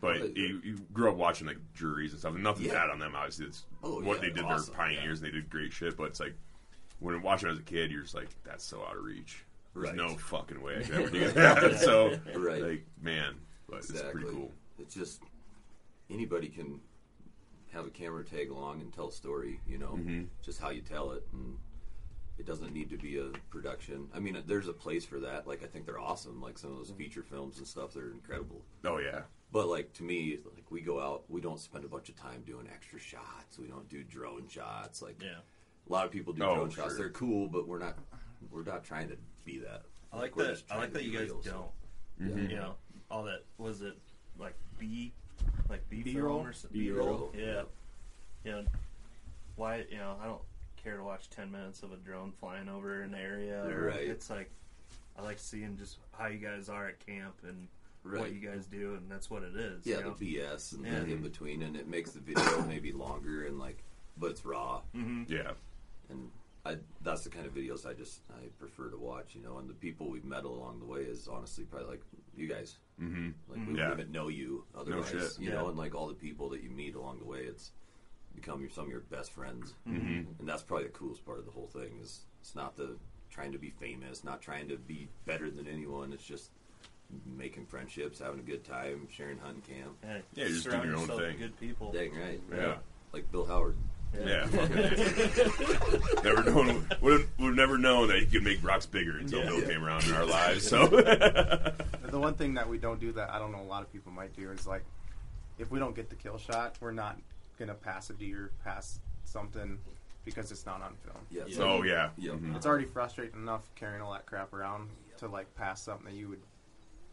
Speaker 2: But you, you grew up watching like juries and stuff, and nothing
Speaker 4: Yeah.
Speaker 2: bad on them. Obviously, it's
Speaker 4: Oh,
Speaker 2: what
Speaker 4: yeah,
Speaker 2: they did.
Speaker 4: awesome,
Speaker 2: They're pioneers, and they did great shit. But it's like when watching as a kid, you're just like, that's so out of reach. There's
Speaker 4: Right.
Speaker 2: no fucking way I could ever do that. so,
Speaker 4: Right.
Speaker 2: like, man, but it's
Speaker 4: exactly.
Speaker 2: pretty cool.
Speaker 4: It's just anybody can have a camera tag along and tell a story, you know,
Speaker 2: Mm-hmm.
Speaker 4: just how you tell it, and it doesn't need to be a production. I mean, there's a place for that. Like I think they're awesome. Like some of
Speaker 2: Mm-hmm.
Speaker 4: those feature films and stuff, they're incredible.
Speaker 2: Oh yeah,
Speaker 4: But like to me, like we go out, we don't spend a bunch of time doing extra shots. We don't do drone shots. Like
Speaker 5: Yeah.
Speaker 4: a lot of people do
Speaker 2: Oh,
Speaker 4: drone shots.
Speaker 2: sure.
Speaker 4: They're cool, but we're not we're not trying to be that.
Speaker 5: I like
Speaker 4: we're
Speaker 5: that.
Speaker 4: just
Speaker 5: I
Speaker 4: trying
Speaker 5: like
Speaker 4: to
Speaker 5: that
Speaker 4: be
Speaker 5: you guys
Speaker 4: real, so-
Speaker 5: don't.
Speaker 2: Mm-hmm.
Speaker 5: You know, all that was it like B, like B
Speaker 3: B-roll?
Speaker 5: film or some-
Speaker 4: B-roll.
Speaker 5: Yeah. You know, why? You know, I don't care to watch ten minutes of a drone flying over an area. or-
Speaker 4: Right.
Speaker 5: It's like I like seeing just how you guys are at camp and what
Speaker 4: Right.
Speaker 5: you guys do, and that's what it is.
Speaker 4: Yeah,
Speaker 5: you know?
Speaker 4: the BS and
Speaker 5: Yeah.
Speaker 4: the in between, and it makes the video maybe longer and like but it's raw.
Speaker 2: Yeah.
Speaker 4: and I that's the kind of videos I just I prefer to watch, you know. And the people we've met along the way is honestly probably like you guys. Mm-hmm. Like we
Speaker 2: Yeah.
Speaker 4: wouldn't even know you otherwise,
Speaker 2: shit.
Speaker 4: you know. And like all the people that you meet along the way, it's become your, some of your best friends, mm-hmm. and that's probably the coolest part of the whole thing. Is it's not the trying to be famous, not trying to be better than anyone. It's just making friendships, having a good time, sharing hunting camp.
Speaker 5: Yeah,
Speaker 2: Yeah, just do
Speaker 5: surround
Speaker 2: your own
Speaker 5: yourself with
Speaker 2: thing.
Speaker 5: Good people.
Speaker 4: Dang right,
Speaker 2: Yeah.
Speaker 4: Like Bill Howard.
Speaker 2: Yeah. fucking- never known. Would have, would have never known that he could make rocks bigger until Bill came around in our lives. So
Speaker 3: The one thing that we don't do that I don't know a lot of people might do is like, if we don't get the kill shot, we're not gonna pass a deer, pass something, because it's not on film.
Speaker 4: Yeah. so-
Speaker 2: oh yeah.
Speaker 4: yeah.
Speaker 3: It's already frustrating enough carrying all that crap around to like pass something that you would.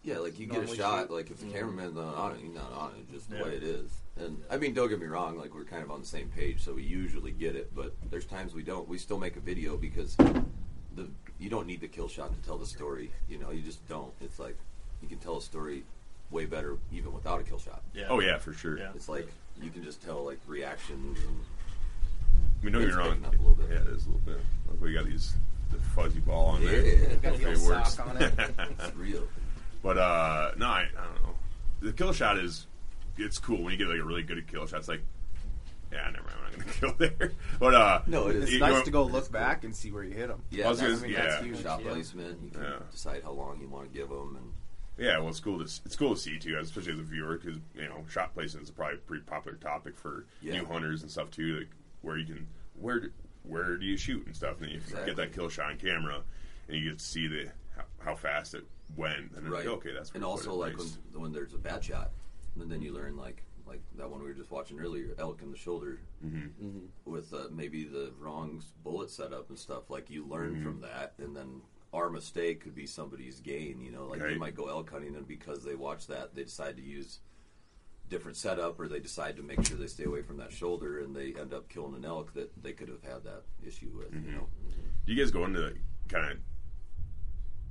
Speaker 4: Yeah, like you get a
Speaker 3: Normally
Speaker 4: shot,
Speaker 3: shoot.
Speaker 4: like if the cameraman's not on it, he's not on it, just the way it is. And I mean, don't get me wrong, like we're kind of on the same page, so we usually get it, but there's times we don't. We still make a video because the you don't need the kill shot to tell the story, you know, you just don't. It's like you can tell a story way better even without a kill shot.
Speaker 5: Yeah.
Speaker 2: Oh yeah, for sure.
Speaker 5: Yeah.
Speaker 4: It's like you can just tell like reactions and
Speaker 2: I mean, don't get me
Speaker 4: It's
Speaker 2: wrong.
Speaker 4: picking up a little bit.
Speaker 2: Yeah, it is a little bit. Look, we got these the fuzzy ball on there.
Speaker 4: Yeah.
Speaker 2: Hopefully
Speaker 3: Got a
Speaker 2: it
Speaker 3: little
Speaker 2: works.
Speaker 3: sock on it.
Speaker 4: it's real.
Speaker 2: But uh, no, I, I don't know. The kill shot is it's cool when you get like a really good kill shot. It's like, yeah, never mind. I'm not gonna kill there. But uh,
Speaker 4: No, it is.
Speaker 3: It's
Speaker 2: you know-
Speaker 3: nice to go look back and see where you hit them.
Speaker 4: Yeah,
Speaker 2: was
Speaker 4: that's,
Speaker 2: gonna-
Speaker 4: I mean,
Speaker 2: yeah.
Speaker 4: that's huge. Shot placement. You can
Speaker 2: Yeah.
Speaker 4: decide how long you want to give them and
Speaker 2: Yeah, well, it's cool to it's cool to see too, especially as a viewer, because you know shot placement is probably a pretty popular topic for
Speaker 4: Yeah.
Speaker 2: new hunters and stuff too. Like where you can where do- where do you shoot and stuff, and you can get
Speaker 4: Exactly.
Speaker 2: that kill shot on camera, and you get to see the how, how fast it went, and
Speaker 4: right.
Speaker 2: then, okay, that's where
Speaker 4: and
Speaker 2: you put
Speaker 4: also
Speaker 2: it.
Speaker 4: like
Speaker 2: Nice.
Speaker 4: when, when there's a bad shot, and then you learn like like that one we were just watching earlier, elk in the shoulder,
Speaker 2: Mm-hmm.
Speaker 4: with uh, maybe the wrong s- bullet setup and stuff. Like you learn
Speaker 2: Mm-hmm.
Speaker 4: from that, and then our mistake could be somebody's gain. You know, like they
Speaker 2: Right.
Speaker 4: might go elk hunting, and because they watch that, they decide to use different setup, or they decide to make sure they stay away from that shoulder, and they end up killing an elk that they could have had that issue with.
Speaker 2: Mm-hmm.
Speaker 4: You know,
Speaker 2: do you guys go into kind of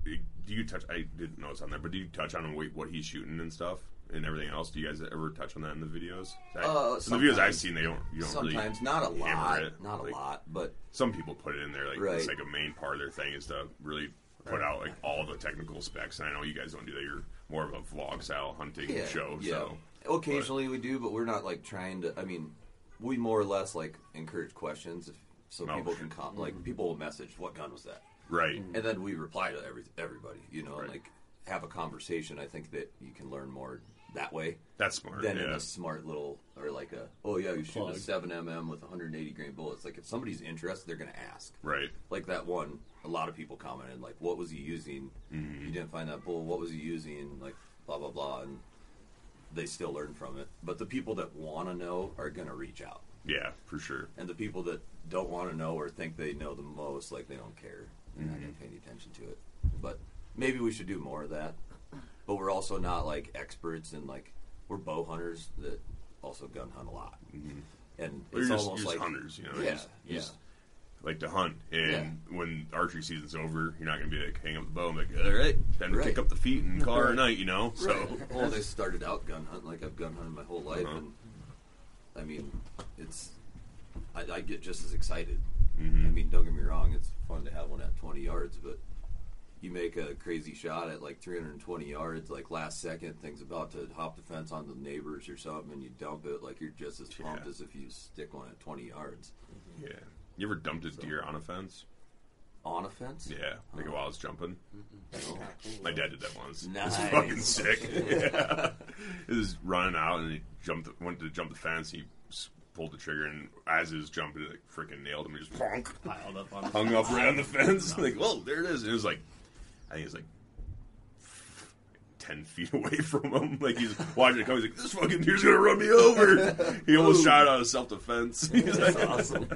Speaker 2: do you touch? I didn't know it's on there, but do you touch on what, what he's shooting and stuff and everything else? Do you guys ever touch on that in the videos? I,
Speaker 4: Uh,
Speaker 2: in the videos I've
Speaker 4: sometimes.
Speaker 2: seen, they don't you don't
Speaker 4: sometimes
Speaker 2: really
Speaker 4: not a
Speaker 2: hammer
Speaker 4: lot,
Speaker 2: it.
Speaker 4: not a
Speaker 2: Like,
Speaker 4: lot, but
Speaker 2: some people put it in there like it's
Speaker 4: Right.
Speaker 2: like a main part of their thing is to really put out like all the technical specs and i know you guys don't do that you're more of a vlog style hunting show so
Speaker 4: Occasionally we do, but we're not like trying to. I mean, we more or less like encourage questions if, so
Speaker 2: Oh,
Speaker 4: people
Speaker 2: sure.
Speaker 4: can com- like people will message, "What gun was that?"
Speaker 2: right
Speaker 4: And then we reply to every everybody, you know, and,
Speaker 2: Right.
Speaker 4: like have a conversation. I think that you can learn more that way
Speaker 2: that's smart
Speaker 4: than in
Speaker 2: yeah
Speaker 4: a smart little or like a oh yeah you shoot a seven mm with 180 grain bullets. Like if somebody's interested, they're gonna ask
Speaker 2: right
Speaker 4: like that one a lot of people commented like what was he using
Speaker 2: Mm-hmm.
Speaker 4: you didn't find that bull what was he using like blah blah blah and they still learn from it but the people that want to know are going to reach out
Speaker 2: yeah for sure
Speaker 4: and the people that don't want to know or think they know the most like they don't care they're not
Speaker 2: Mm-hmm.
Speaker 4: going to pay any attention to it but maybe we should do more of that but we're also not like experts in like we're bow hunters that also gun hunt a lot
Speaker 2: Mm-hmm.
Speaker 4: and
Speaker 2: Well, you're
Speaker 4: it's
Speaker 2: just-
Speaker 4: almost
Speaker 2: you're just
Speaker 4: like
Speaker 2: hunters, you know, you're
Speaker 4: yeah
Speaker 2: just- you're
Speaker 4: yeah
Speaker 2: just- like to hunt and when archery season's over you're not gonna be like hang up the bow and be like all right time to
Speaker 4: Right.
Speaker 2: pick up the feet and call her a night you know so
Speaker 4: well, I started out gun hunting like I've gun hunted my whole life,
Speaker 2: Uh-huh.
Speaker 4: and I mean, it's I, I get just as excited.
Speaker 2: Mm-hmm.
Speaker 4: I mean, don't get me wrong; it's fun to have one at 20 yards, but you make a crazy shot at like 320 yards, like last second, things about to hop the fence onto the neighbors or something, and you dump it. Like you're just as pumped
Speaker 2: Yeah.
Speaker 4: as if you stick one at 20 yards
Speaker 2: yeah you ever dumped a deer on a fence
Speaker 4: on a fence.
Speaker 2: yeah like while i was jumping my dad did that once
Speaker 4: Mm-hmm. Nice.
Speaker 2: It's fucking sick. yeah. He was running out and he jumped, went to jump the fence. He s- pulled the trigger and as he was jumping, it like, freaking nailed him. He just bonk,
Speaker 6: piled up on
Speaker 2: hung up right on the fence. Like, whoa, there it is. And it was like, I think it was like ten feet away from him. Like he's watching it come. He's like, this fucking deer's gonna run me over. He almost shot out of self defense. He's like,
Speaker 4: awesome.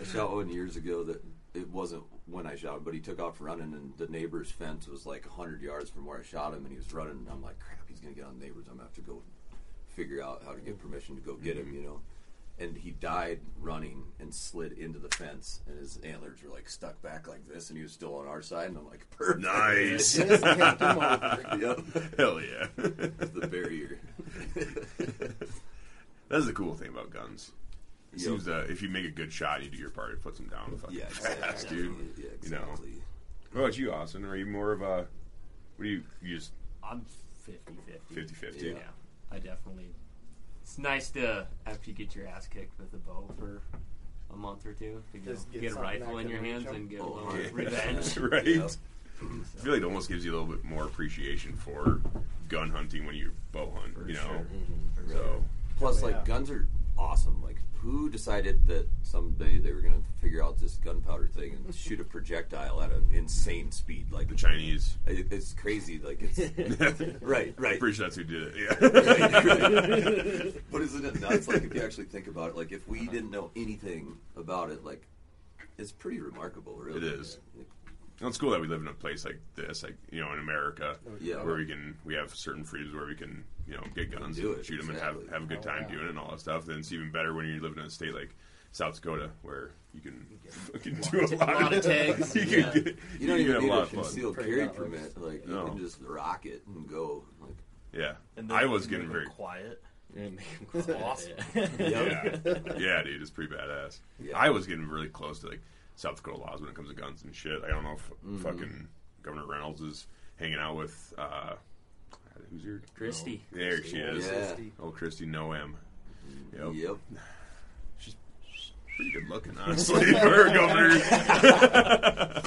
Speaker 4: I shot one years ago that it wasn't when I shot him, but he took off running, and the neighbor's fence was like 100 yards from where I shot him, and he was running, and I'm like, crap, he's going to get on the neighbor's. I'm going to have to go figure out how to get permission to go get him, you know? And he died running and slid into the fence, and his antlers were like stuck back like this, and he was still on our side, and I'm like, perfect.
Speaker 2: nice.
Speaker 4: Yep.
Speaker 2: Hell yeah.
Speaker 4: the barrier.
Speaker 2: That's the cool thing about guns. It seems uh, if you make a good shot, you do your part. It puts them down fucking
Speaker 4: Yeah, exactly.
Speaker 2: fast, dude.
Speaker 4: Yeah,
Speaker 2: You know.
Speaker 4: exactly.
Speaker 2: What about you, Austin? Are you more of a? What do you? You just
Speaker 6: I'm 50-50.
Speaker 2: 50-50?
Speaker 6: Yeah. I definitely. It's nice to after you get your ass kicked with a bow for a month or two to go,
Speaker 3: Just
Speaker 6: get,
Speaker 3: get
Speaker 6: a
Speaker 3: something
Speaker 6: rifle
Speaker 3: that
Speaker 6: in
Speaker 3: can
Speaker 6: your
Speaker 3: reach
Speaker 6: hands
Speaker 3: 'em.
Speaker 6: and get a
Speaker 4: Oh,
Speaker 6: little
Speaker 4: yeah.
Speaker 6: revenge.
Speaker 2: right?
Speaker 4: Yep.
Speaker 2: I feel like it almost gives you a little bit more appreciation for gun hunting when you bow hunt. you know,
Speaker 4: Mm-hmm.
Speaker 2: so
Speaker 4: Plus, like guns are awesome. Like, who decided that someday they were gonna figure out this gunpowder thing and shoot a projectile at an insane speed? Like,
Speaker 2: the Chinese.
Speaker 4: it, it's crazy. Like, it's right,
Speaker 2: I'm
Speaker 4: right.
Speaker 2: pretty sure that's who did it. Yeah.
Speaker 4: But isn't it nuts? Like, if you actually think about it, like, if we didn't know anything about it, like, it's pretty remarkable. Really,
Speaker 2: It is. Well, it's cool that we live in a place like this, like you know, in America,
Speaker 4: Oh, Yeah.
Speaker 2: where we can we have certain freedoms where we can you know get guns,
Speaker 4: Do
Speaker 2: and
Speaker 4: it,
Speaker 2: shoot them,
Speaker 4: exactly. Oh,
Speaker 2: and have have a good time doing it and all that stuff. Then it's even better when you live in a state like South Dakota where you can fucking do a lot,
Speaker 6: lot of tags.
Speaker 2: you
Speaker 4: Yeah.
Speaker 2: can, get,
Speaker 4: You don't
Speaker 2: you
Speaker 4: even
Speaker 2: can
Speaker 4: need
Speaker 2: have a
Speaker 4: a
Speaker 2: lot of fun.
Speaker 4: concealed carry permit. Like, you
Speaker 2: No.
Speaker 4: can just rock it and go. Like,
Speaker 2: Yeah,
Speaker 5: And
Speaker 2: I was
Speaker 5: they make
Speaker 2: getting
Speaker 5: 'em
Speaker 2: very
Speaker 5: quiet.
Speaker 6: awesome.
Speaker 2: yeah, yeah, dude, it's pretty badass.
Speaker 4: Yeah.
Speaker 2: I was getting really close to like South Dakota laws when it comes to guns and shit. I don't know if
Speaker 6: Mm-hmm.
Speaker 2: fucking Governor Reynolds is hanging out with uh, who's your
Speaker 6: Christy. Mm-hmm.
Speaker 2: There she is.
Speaker 4: yeah.
Speaker 2: Oh, Christy Noam. Yep.
Speaker 4: Yep.
Speaker 2: Pretty good looking, honestly, for her governor.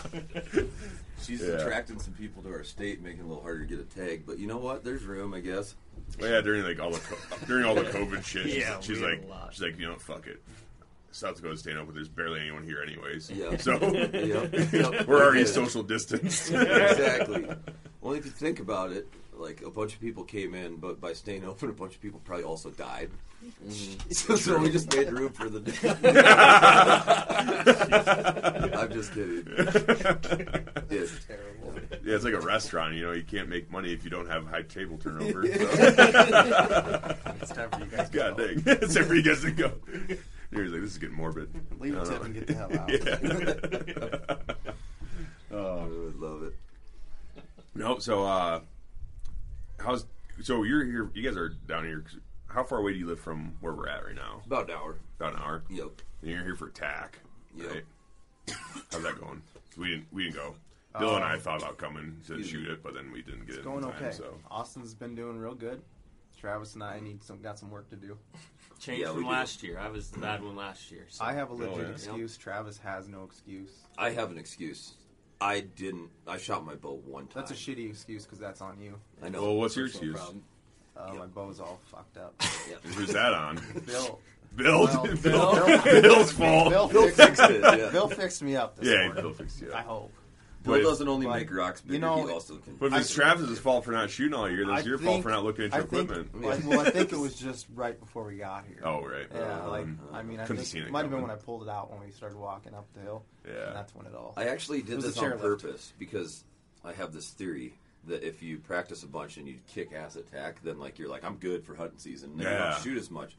Speaker 4: She's
Speaker 2: Yeah.
Speaker 4: attracting some people to our state, making it a little harder to get a tag. But you know what? There's room, I guess.
Speaker 2: But yeah, during like all the co- during all the COVID shit, she's,
Speaker 6: Yeah,
Speaker 2: she's
Speaker 6: we had
Speaker 2: like
Speaker 6: a lot.
Speaker 2: she's like you know fuck it. South Dakota's staying open. There's barely anyone here, anyways.
Speaker 4: Yeah.
Speaker 2: So
Speaker 4: Yep. yep.
Speaker 2: we're already
Speaker 4: Yeah.
Speaker 2: social distanced.
Speaker 4: exactly. Well, if you think about it, like a bunch of people came in, but by staying open, a bunch of people probably also died.
Speaker 2: Mm-hmm.
Speaker 4: So, so we just made room for the. I'm just kidding. Yeah.
Speaker 3: Terrible.
Speaker 2: Yeah, it's like a restaurant. You know, you can't make money if you don't have high table turnover.
Speaker 3: It's time for you guys to
Speaker 2: God
Speaker 3: go.
Speaker 2: dang, it's every guess to go. You're like, this is getting morbid.
Speaker 3: Leave
Speaker 2: I
Speaker 3: the
Speaker 2: don't
Speaker 3: tip
Speaker 2: know.
Speaker 3: and get the hell out.
Speaker 4: I would love it.
Speaker 2: No, so uh, how's so you're here? You guys are down here. How far away do you live from where we're at right now?
Speaker 4: About an hour.
Speaker 2: About an hour.
Speaker 4: Yep.
Speaker 2: And you're here for TAC.
Speaker 4: Yep.
Speaker 2: Right? How's that going? 'Cause We didn't. We didn't go. Bill and I thought about coming to shoot it, but then we didn't get it.
Speaker 3: Going
Speaker 2: in time,
Speaker 3: okay.
Speaker 2: So
Speaker 3: Austin's been doing real good. Travis and I need some got some work to do.
Speaker 6: Change
Speaker 4: Yeah, we
Speaker 6: from
Speaker 4: do.
Speaker 6: last year. I was the bad one last year. So.
Speaker 3: I have a legit
Speaker 2: Oh, yeah.
Speaker 3: excuse. Travis has no excuse.
Speaker 4: I have an excuse. I didn't. I shot my bow one time.
Speaker 3: That's a shitty excuse because that's on you.
Speaker 4: I know.
Speaker 2: Well, what's your excuse?
Speaker 7: problem.
Speaker 3: Uh, My bow's all fucked up.
Speaker 2: And Who's that on?
Speaker 3: Bill,
Speaker 2: Bill.
Speaker 3: Well,
Speaker 2: Bill.
Speaker 3: Bill-
Speaker 2: Bill's fault.
Speaker 3: Bill,
Speaker 4: Bill
Speaker 3: fixed,
Speaker 4: fixed it. Yeah. Bill,
Speaker 3: Bill fixed me up this
Speaker 2: Yeah,
Speaker 3: morning.
Speaker 2: Bill fixed you.
Speaker 3: I
Speaker 2: up.
Speaker 3: hope.
Speaker 2: But-
Speaker 4: doesn't only
Speaker 3: but,
Speaker 4: make rocks bigger.
Speaker 3: you know,
Speaker 4: he also can.
Speaker 2: But if it's Travis's fault for not shooting all year, then it's
Speaker 3: I
Speaker 2: your fault
Speaker 3: think-
Speaker 2: for not looking at your
Speaker 3: I think-
Speaker 2: equipment.
Speaker 3: well, I- well, I think it was just right before we got here.
Speaker 2: Oh right.
Speaker 3: Yeah, like
Speaker 2: Um,
Speaker 3: I mean, I
Speaker 2: couldn't
Speaker 3: think
Speaker 2: have seen
Speaker 3: it
Speaker 2: it
Speaker 3: might have been
Speaker 2: coming.
Speaker 3: when I pulled it out when we started walking up the hill.
Speaker 2: Yeah.
Speaker 3: and that's when it all.
Speaker 4: I actually did
Speaker 3: was a
Speaker 4: this on
Speaker 3: chairlift.
Speaker 4: purpose because I have this theory that if you practice a bunch and you kick ass at tack, then like you're like I'm good for hunting season. And then you
Speaker 2: Yeah.
Speaker 4: don't shoot as much.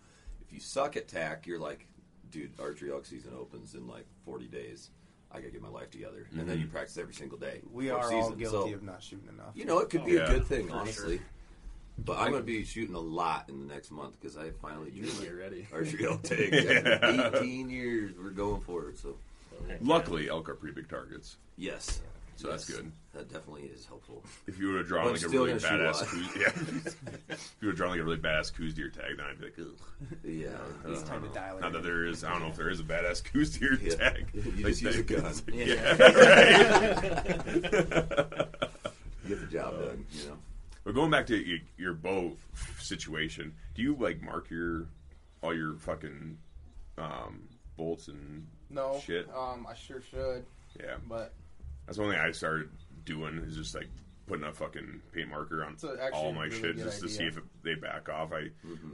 Speaker 4: If you suck at tack, you're like, dude, archery elk season opens in like 40 days. I gotta get my life together, and
Speaker 2: Mm-hmm.
Speaker 4: then you practice every single day.
Speaker 3: we
Speaker 4: for
Speaker 3: are all
Speaker 4: season.
Speaker 3: guilty
Speaker 4: So,
Speaker 3: of not shooting enough.
Speaker 4: You know, it could be
Speaker 2: yeah,
Speaker 4: a good thing, honestly. But I'm gonna be shooting a lot in the next month because I finally do
Speaker 7: Just
Speaker 4: my
Speaker 7: get ready.
Speaker 4: archery elk tag. Yeah. 18 years, we're going for it. So
Speaker 2: Luckily, elk are pretty big targets,
Speaker 4: yes,
Speaker 2: so that's
Speaker 4: Yes.
Speaker 2: good.
Speaker 4: That definitely is helpful.
Speaker 2: If you would have drawn
Speaker 4: But
Speaker 2: like a
Speaker 4: still
Speaker 2: really
Speaker 4: gonna shoot a
Speaker 2: badass
Speaker 4: lot.
Speaker 2: coos, yeah. if you would have drawn like a really badass coos deer tag, then I'd be like, ugh.
Speaker 4: Yeah.
Speaker 3: it's time to dial it.
Speaker 2: Uh, Not
Speaker 3: in.
Speaker 2: that there is. I don't know if there is a badass coos deer
Speaker 4: Yeah.
Speaker 2: tag.
Speaker 4: You
Speaker 2: Like,
Speaker 4: just use a gun.
Speaker 2: it's like,
Speaker 6: Yeah.
Speaker 2: yeah.
Speaker 4: Get the job
Speaker 2: Oh.
Speaker 4: done, you know.
Speaker 2: But going back to your, your bow situation, do you like mark your all your fucking um, bolts and
Speaker 8: No.
Speaker 2: shit?
Speaker 8: Um, I sure should,
Speaker 2: yeah,
Speaker 8: but
Speaker 2: that's one thing I started doing is just like putting a fucking paint marker on
Speaker 8: It's actually
Speaker 2: all my
Speaker 8: a really
Speaker 2: shit
Speaker 8: good
Speaker 2: just to
Speaker 8: idea.
Speaker 2: see if it, they back off. I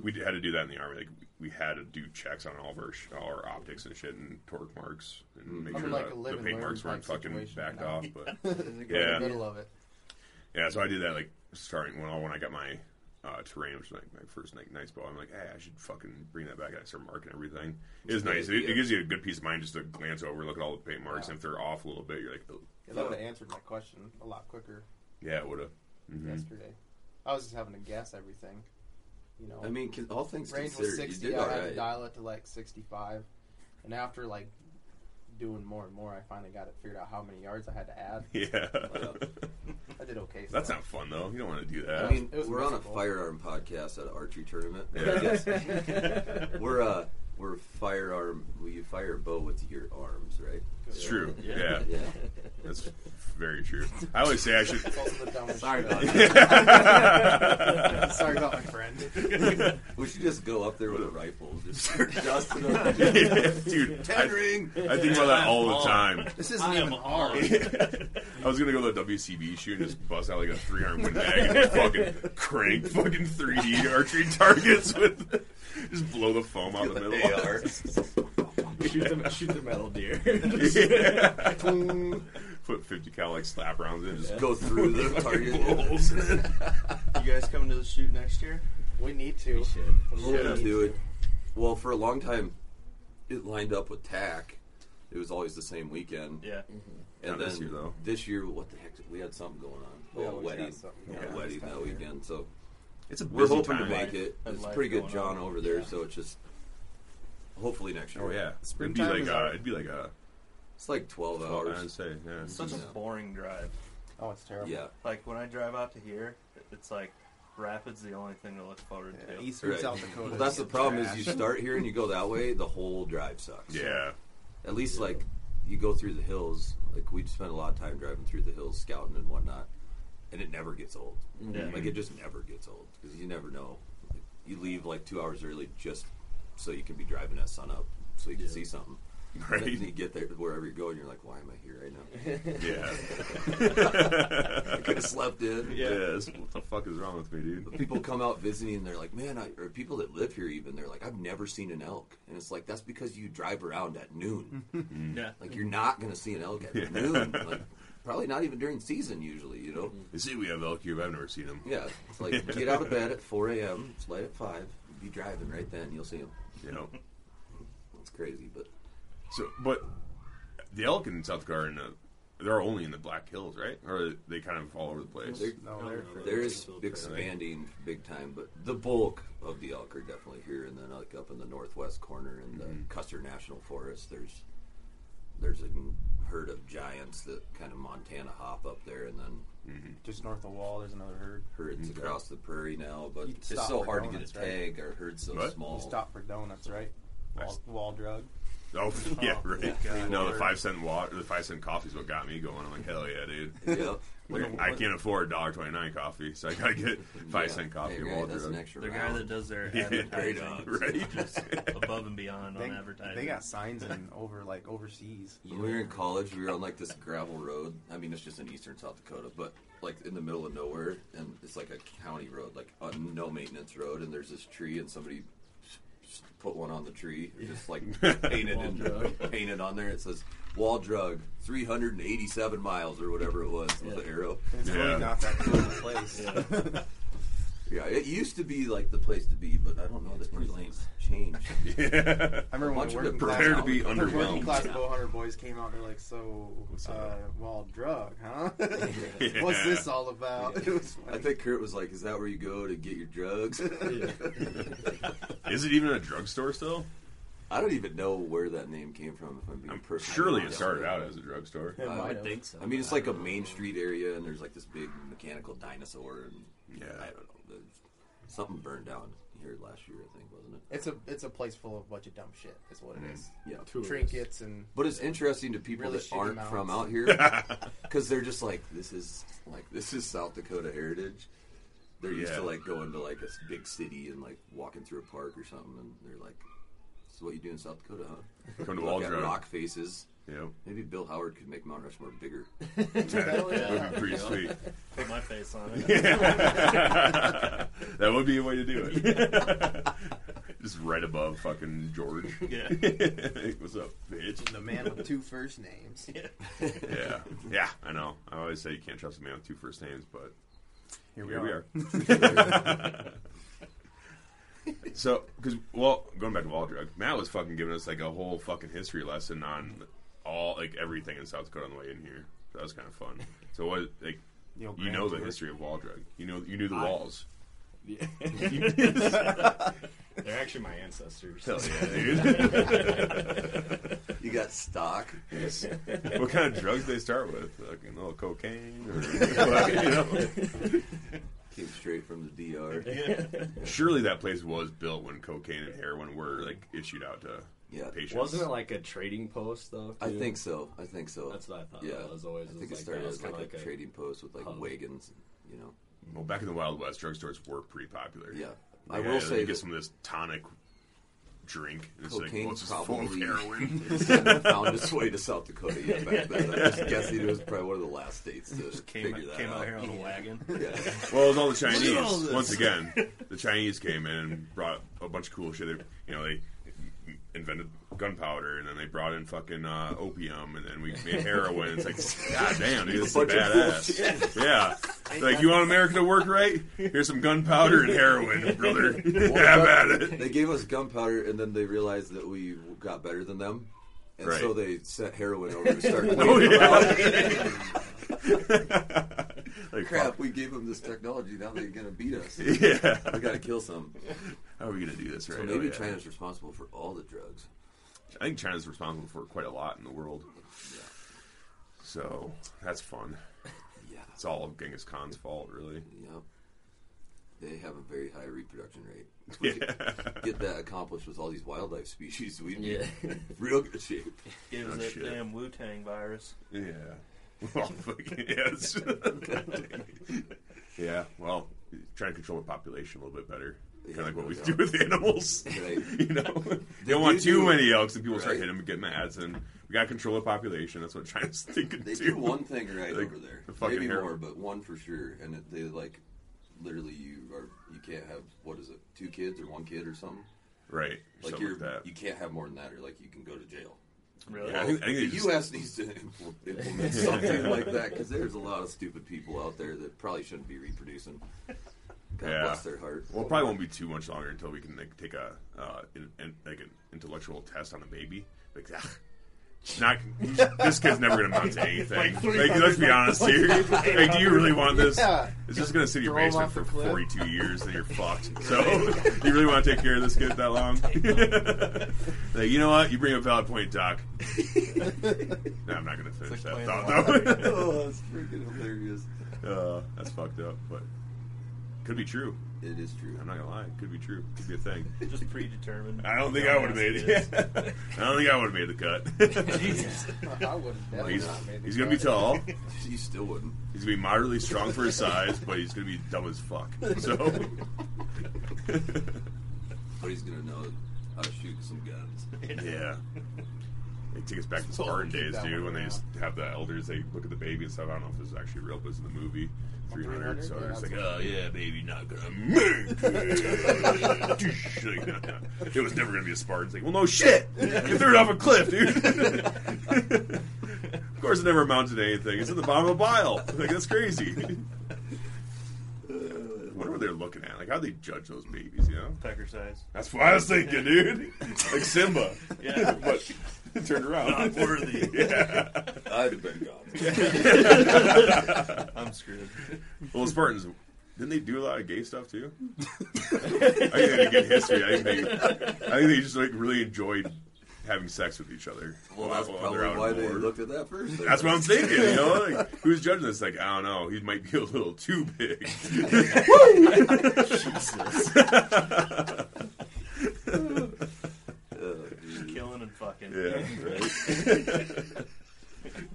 Speaker 2: we had to do that in the army. Like we had to do checks on all of our sh- all our optics and shit and torque marks and make
Speaker 8: I'm
Speaker 2: sure
Speaker 8: in, like, a
Speaker 2: that
Speaker 8: live
Speaker 2: the
Speaker 8: and
Speaker 2: paint
Speaker 8: learn
Speaker 2: marks weren't
Speaker 8: type
Speaker 2: fucking
Speaker 8: situation
Speaker 2: backed
Speaker 8: now.
Speaker 2: off. But
Speaker 8: it's like
Speaker 2: Yeah.
Speaker 8: in the middle of it.
Speaker 2: Yeah, so I did that like starting when I when I got my uh, terrain, which was like my first like nice ball. I'm like, hey, I should fucking bring that back. And I start marking everything. It's nice. It, it gives you a good peace of mind just to glance over, look at all the paint marks, and if they're off a little bit, you're like, oh,
Speaker 8: Yeah, that would have answered my question a lot quicker
Speaker 2: yeah, it would have.
Speaker 8: yesterday. I was just having to guess everything. you know,
Speaker 4: I mean, con- all things
Speaker 8: range was
Speaker 4: considered, you
Speaker 8: 60.
Speaker 4: did
Speaker 8: I
Speaker 4: all
Speaker 8: had to
Speaker 4: right.
Speaker 8: dial it to like 65, and after like doing more and more, I finally got it figured out how many yards I had to add.
Speaker 2: Yeah.
Speaker 8: I did okay. So
Speaker 2: That's not fun though. You don't want to do
Speaker 4: I
Speaker 2: that.
Speaker 4: mean,
Speaker 8: It was
Speaker 4: we're on a
Speaker 8: miserable.
Speaker 4: firearm podcast at an archery tournament.
Speaker 2: Yeah.
Speaker 4: we're uh, we're firearm. Well, you fire a bow with your arms, right?
Speaker 2: it's true. Yeah.
Speaker 4: Yeah.
Speaker 2: That's very true. I always say I should.
Speaker 8: It's also the dumbest.
Speaker 4: Sorry
Speaker 8: shit.
Speaker 4: about
Speaker 2: yeah.
Speaker 8: Sorry about my friend.
Speaker 4: We should just go up there with a rifle, just start dusting them.
Speaker 2: Dude,
Speaker 4: Ten
Speaker 2: I,
Speaker 4: ring.
Speaker 2: I think about that all the time.
Speaker 8: This isn't even hard.
Speaker 2: I was gonna go to the WCB shoot and just bust out like a three arm windbag and just fucking crank fucking 3D archery targets with just blow the foam out the middle.
Speaker 4: AR.
Speaker 7: Shoot the shoot the metal deer.
Speaker 2: Yeah. Put 50 cal like slap rounds in, just
Speaker 4: Go through the target.
Speaker 2: blow holes in it.
Speaker 5: You guys coming to the shoot next year?
Speaker 8: We need to.
Speaker 4: We're gonna do it. Well, for a long time, it lined up with TAC. It was always the same weekend.
Speaker 5: Yeah.
Speaker 4: And
Speaker 2: Not
Speaker 4: then
Speaker 2: this year, though.
Speaker 4: This year, what the heck? We had something going on. We
Speaker 8: We
Speaker 4: had a
Speaker 8: always got
Speaker 4: wedding.
Speaker 8: something
Speaker 4: We had
Speaker 8: going
Speaker 4: a
Speaker 8: on
Speaker 4: wedding
Speaker 8: this time
Speaker 4: that
Speaker 8: of year.
Speaker 4: weekend. So
Speaker 2: It's a busy
Speaker 4: we're hoping
Speaker 2: time.
Speaker 4: to make it.
Speaker 5: Had
Speaker 4: It's
Speaker 5: life
Speaker 4: pretty good,
Speaker 5: going
Speaker 4: John,
Speaker 5: on.
Speaker 4: over there. So it's just hopefully next year.
Speaker 2: Oh yeah, it'd be
Speaker 8: Springtime
Speaker 2: like
Speaker 8: is
Speaker 2: uh,
Speaker 8: our-
Speaker 2: it'd be like a
Speaker 4: It's like 12
Speaker 2: I'd
Speaker 4: hours.
Speaker 2: say yeah.
Speaker 5: Such a boring drive.
Speaker 8: Oh, it's terrible.
Speaker 4: Yeah.
Speaker 5: Like when I drive out to here, it's like Rapids the only thing to look forward
Speaker 8: Yeah,
Speaker 5: to.
Speaker 8: Eastern
Speaker 4: Right.
Speaker 8: South Dakota.
Speaker 4: Well, that's the problem is
Speaker 8: trash.
Speaker 4: you start here and you go that way, the whole drive sucks.
Speaker 2: yeah.
Speaker 4: At least like you go through the hills. Like we spend a lot of time driving through the hills, scouting and whatnot, and it never gets old.
Speaker 5: Yeah.
Speaker 4: Like it just never gets old because you never know. Like, you leave like two hours early just so you can be driving at sunup, so you can see something.
Speaker 2: Right.
Speaker 4: And then you get there wherever you go, and you're like, "Why am I here right now?
Speaker 2: Yeah.
Speaker 4: I could have slept in."
Speaker 2: yeah. it's- What the fuck is wrong with me, dude?
Speaker 4: But people come out visiting, and they're like, "Man," I, or people that live here even they're like, "I've never seen an elk," and it's like that's because you drive around at noon.
Speaker 5: Yeah.
Speaker 4: Like you're not gonna see an elk at noon. Like probably not even during season usually. You know.
Speaker 2: They say we have elk here, but I've never seen them.
Speaker 4: Yeah. It's like get out of bed at 4 a.m. It's light at five. Be driving right then. You'll see them.
Speaker 2: You know.
Speaker 4: It's crazy, but
Speaker 2: So, but the elk in South Dakota, are in the, they're only in the Black Hills, right? Or they kind of all over the place.
Speaker 4: they're,
Speaker 8: No, they're
Speaker 4: they're s- expanding big time. But the bulk of the elk are definitely here, and then like up in the northwest corner in the Custer National Forest, there's there's a herd of giants that kind of Montana hop up there, and then
Speaker 8: just north of Wall. There's another herd.
Speaker 4: herds across the prairie now. But
Speaker 8: You
Speaker 4: it's
Speaker 8: stop
Speaker 4: so
Speaker 8: for
Speaker 4: hard to get a
Speaker 8: donuts, right?
Speaker 4: tag. Our herd's so
Speaker 2: What?
Speaker 4: small.
Speaker 8: You stop for donuts, right? Wall, wall drug.
Speaker 2: Oh, yeah,
Speaker 8: Oh,
Speaker 2: right.
Speaker 8: yeah.
Speaker 2: No, the
Speaker 8: God.
Speaker 2: five cent water, the five cent coffee's what got me going. I'm like, hell yeah, dude.
Speaker 4: Yeah.
Speaker 2: Like, I can't afford dollar twenty nine coffee, so I gotta get five
Speaker 4: Yeah.
Speaker 2: cent coffee.
Speaker 4: Hey,
Speaker 2: at
Speaker 4: right,
Speaker 2: Wal
Speaker 4: that's an
Speaker 2: Drug.
Speaker 4: extra
Speaker 5: The guy
Speaker 4: round.
Speaker 5: that does their
Speaker 2: Yeah,
Speaker 5: advertising
Speaker 4: right
Speaker 5: is
Speaker 2: on, right?
Speaker 5: just above and beyond
Speaker 8: They,
Speaker 5: on advertising.
Speaker 8: they got signs in over like overseas.
Speaker 4: When we were in college, we were on like this gravel road. I mean, it's just in eastern South Dakota, but like in the middle of nowhere, and it's like a county road, like a no maintenance road. And there's this tree, and somebody s- s- put one on the tree, just like painted and painted on there. It says "Wall Drug, 387 miles" or whatever it was with the arrow.
Speaker 8: It's
Speaker 2: Yeah.
Speaker 8: really not that cool of a place.
Speaker 4: Yeah, it used to be like the place to be, but I don't know that everything's changed.
Speaker 8: I remember when
Speaker 4: Bunch
Speaker 8: the
Speaker 4: of the
Speaker 8: working
Speaker 2: Prepare to
Speaker 8: class,
Speaker 2: be
Speaker 8: the working
Speaker 2: underwhelmed.
Speaker 8: class bow hunter boys came out. They're like, "So, uh, wall drug, huh? What's this all about?" It was
Speaker 4: I
Speaker 8: funny.
Speaker 4: think Kurt was like, "Is that where you go to get your drugs?"
Speaker 2: Is it even a drugstore still?
Speaker 4: I don't even know where that name came from. If I'm being
Speaker 2: I'm
Speaker 4: perfectly
Speaker 2: surely it
Speaker 4: honest.
Speaker 2: started out as a drugstore.
Speaker 8: It
Speaker 6: I
Speaker 8: might
Speaker 6: would
Speaker 8: have.
Speaker 6: think so.
Speaker 4: I mean, it's like a
Speaker 6: don't know.
Speaker 4: main street area, and there's like this big mechanical dinosaur, and
Speaker 2: Yeah.
Speaker 4: I don't know. There's, something burned down here last year, I think, wasn't it?
Speaker 8: It's a it's a place full of a bunch of dumb shit. Is what
Speaker 2: Mm.
Speaker 8: it is.
Speaker 4: Yeah.
Speaker 8: Trinkets and
Speaker 4: But it's interesting to people
Speaker 8: Really
Speaker 4: that
Speaker 8: shitty
Speaker 4: aren't
Speaker 8: mounts.
Speaker 4: from out here because they're just like, this is like this is South Dakota heritage. They're used to
Speaker 2: Yeah.
Speaker 4: like going to like a s- big city and like walking through a park or something, and they're like, "This is what you do in South Dakota, huh?"
Speaker 2: Come to
Speaker 4: Look
Speaker 2: Wall
Speaker 4: at
Speaker 2: Drug.
Speaker 4: rock faces.
Speaker 2: Yep.
Speaker 4: Maybe Bill Howard could make Mount Rushmore bigger.
Speaker 2: That'd be pretty sweet.
Speaker 5: Put my face on it.
Speaker 2: That would be a way to do it. Just right above fucking George.
Speaker 5: Yeah.
Speaker 2: Hey, What's up, bitch?
Speaker 8: the man with two first names.
Speaker 2: Yeah, yeah, I know. I always say you can't trust a man with two first names, but
Speaker 8: Here
Speaker 2: here we are. so, because well, going back to Wall Drug, Matt was fucking giving us like a whole fucking history lesson on all like everything in South Dakota on the way in here. So that was kind of fun. So what like
Speaker 8: The old
Speaker 2: you
Speaker 8: Grand
Speaker 2: know the
Speaker 8: Tour.
Speaker 2: history of Wall Drug. You know you knew the walls.
Speaker 7: Yeah. They're actually my ancestors.
Speaker 4: Hell yeah,
Speaker 7: dude.
Speaker 4: You got stock.
Speaker 2: what kind of drugs they start with? Like a little cocaine or you know?
Speaker 4: Came straight from the DR.
Speaker 2: Surely that place was built when cocaine and heroin were like issued out to
Speaker 4: Yeah.
Speaker 2: patients.
Speaker 9: Wasn't it like a trading post though?
Speaker 4: I
Speaker 9: too?
Speaker 4: think so. I think so.
Speaker 9: That's what I thought.
Speaker 4: yeah.
Speaker 9: It was always
Speaker 4: I think
Speaker 9: was
Speaker 4: it
Speaker 9: like
Speaker 4: started
Speaker 9: that.
Speaker 4: as
Speaker 9: It's
Speaker 4: like,
Speaker 9: kinda
Speaker 4: a
Speaker 9: like a-
Speaker 4: trading post with like wagons, you know.
Speaker 2: Well, back in the Wild West, drugstores were pretty popular.
Speaker 4: Yeah.
Speaker 2: Like,
Speaker 4: I will
Speaker 2: you
Speaker 4: say
Speaker 2: get
Speaker 4: that-
Speaker 2: some of this tonic drink. And it's like,
Speaker 4: Cocaine
Speaker 2: well, it's just full of
Speaker 4: probably-
Speaker 2: heroin.
Speaker 4: found its way to South Dakota. Yeah, back then. I'm just guessing it was probably one of the last states to
Speaker 5: Came,
Speaker 4: figure that
Speaker 5: came
Speaker 4: out.
Speaker 5: out here on a wagon.
Speaker 2: Well, it was all the
Speaker 4: Look at all
Speaker 2: Chinese.
Speaker 4: this.
Speaker 2: Once again, the Chinese came in and brought a bunch of cool shit. They, you know, they invented gunpowder, and then they brought in fucking uh, opium, and then we made heroin. It's like, god damn, dude, this is
Speaker 4: bunch of cool
Speaker 2: badass. yeah, like you want America to work right? Here's some gunpowder and heroin, brother. Have at it.
Speaker 4: They gave us gunpowder, and then they realized that we got better than them, and
Speaker 2: Right.
Speaker 4: so they sent heroin over to start.
Speaker 2: Oh,
Speaker 4: cleaning them out.
Speaker 2: yeah. like,
Speaker 4: Crap,
Speaker 2: fuck.
Speaker 4: we gave them this technology. Now they're gonna beat us. We
Speaker 2: Yeah.
Speaker 4: gotta kill some.
Speaker 2: How are we gonna do this? Right?
Speaker 4: So maybe
Speaker 2: Oh, yeah.
Speaker 4: China's responsible for all the drugs.
Speaker 2: I think China's responsible for quite a lot in the world. So that's fun.
Speaker 4: Yeah.
Speaker 2: It's all of Genghis Khan's fault, really.
Speaker 4: Yep. They have a very high reproduction rate. If we could
Speaker 2: Yeah.
Speaker 4: get that accomplished with all these wildlife species, we'd be
Speaker 9: Yeah.
Speaker 4: in real good shape.
Speaker 5: Gives
Speaker 2: Oh,
Speaker 5: it
Speaker 2: shit.
Speaker 5: damn Wu Tang virus.
Speaker 2: Yeah. Well, fucking yes. yeah. Well, try to control the population a little bit better. kind
Speaker 4: Yeah,
Speaker 2: of like what
Speaker 4: no
Speaker 2: we
Speaker 4: doubt.
Speaker 2: do with animals.
Speaker 4: Right.
Speaker 2: You know, they don't want
Speaker 4: do
Speaker 2: too
Speaker 4: do-
Speaker 2: many elks, and people start
Speaker 4: Right.
Speaker 2: hitting them and get mad. And we gotta control the population. That's what China's thinking
Speaker 4: They
Speaker 2: too.
Speaker 4: do one thing right
Speaker 2: Like,
Speaker 4: over there.
Speaker 2: the fucking
Speaker 4: Maybe
Speaker 2: hair-
Speaker 4: more, but one for sure. And it, they like literally you are you can't have what is it? Two kids or one kid or something?
Speaker 2: Right.
Speaker 4: Like
Speaker 2: Something
Speaker 4: you're
Speaker 2: like that.
Speaker 4: you can't have more than that or like you can go to jail.
Speaker 5: Really?
Speaker 2: Yeah, I think, I think they
Speaker 4: the
Speaker 2: just-
Speaker 4: U.S. needs to impl- implement something like that because there's a lot of stupid people out there that probably shouldn't be reproducing. God
Speaker 2: Yeah.
Speaker 4: bless their heart.
Speaker 2: Well, it probably won't be too much longer until we can like take a uh, in, in, like an intellectual test on a baby. Like, ah, it's not this kid's never going to amount to anything. Like, let's be honest here. Like, do you really want this?
Speaker 8: Yeah.
Speaker 2: It's just going to sit in your
Speaker 8: Throw him
Speaker 2: basement
Speaker 8: off
Speaker 2: for
Speaker 8: the cliff.
Speaker 2: 42 years, and you're fucked. So, you really want to take care of this kid that long? like, you know what? You bring up a valid point, Doc. no, I'm not going to finish that
Speaker 5: playing
Speaker 2: thought though.
Speaker 4: oh, that's freaking hilarious.
Speaker 2: uh, that's fucked up, but could be true.
Speaker 4: It is true.
Speaker 2: I'm not gonna lie, it could be true. Could be a thing.
Speaker 5: Just predetermined.
Speaker 2: I don't think I would have made it. I don't think I would have made the cut.
Speaker 5: Jesus.
Speaker 8: I would have definitely
Speaker 2: he's
Speaker 8: not made
Speaker 2: he's
Speaker 8: the
Speaker 2: gonna be
Speaker 8: cut.
Speaker 2: tall.
Speaker 4: You still wouldn't.
Speaker 2: He's gonna be moderately strong for his size, but he's gonna be dumb as fuck. So
Speaker 4: But he's gonna know how to shoot some guns.
Speaker 2: yeah. They take us back to
Speaker 8: Still
Speaker 2: Spartan
Speaker 8: keep
Speaker 2: days,
Speaker 8: that
Speaker 2: dude,
Speaker 8: one
Speaker 2: when they
Speaker 8: around.
Speaker 2: just have the elders, they look at the baby and stuff. I don't know if this is actually real, but it's in the movie. 300, so they're just like, oh yeah, baby, not gonna make it. Like, it was never gonna be a Spartan. It's like, well, no shit. You threw it off a cliff, dude. of course, it never amounted to anything. It's in the bottom of a bile. Like, that's crazy. I wonder what they're looking at. Like, how they judge those babies, you know?
Speaker 5: Pecker size.
Speaker 2: That's what I was thinking, dude. Like Simba. Yeah. but turned around.
Speaker 5: Not worthy.
Speaker 2: yeah.
Speaker 4: I'd have been gone.
Speaker 5: I'm screwed.
Speaker 2: Well, Spartans, didn't they do a lot of gay stuff too? I think they had a good history. I think they, I think they just like really enjoyed having sex with each other.
Speaker 4: Well,
Speaker 2: while-
Speaker 4: that's
Speaker 2: while they're
Speaker 4: probably
Speaker 2: out
Speaker 4: why
Speaker 2: on
Speaker 4: they
Speaker 2: war.
Speaker 4: looked at that first.
Speaker 2: That's what I'm thinking. You know, like, who's judging this? Like, I don't know. He might be a little too big.
Speaker 4: "Oh,
Speaker 5: Killing and fucking.
Speaker 2: Yeah.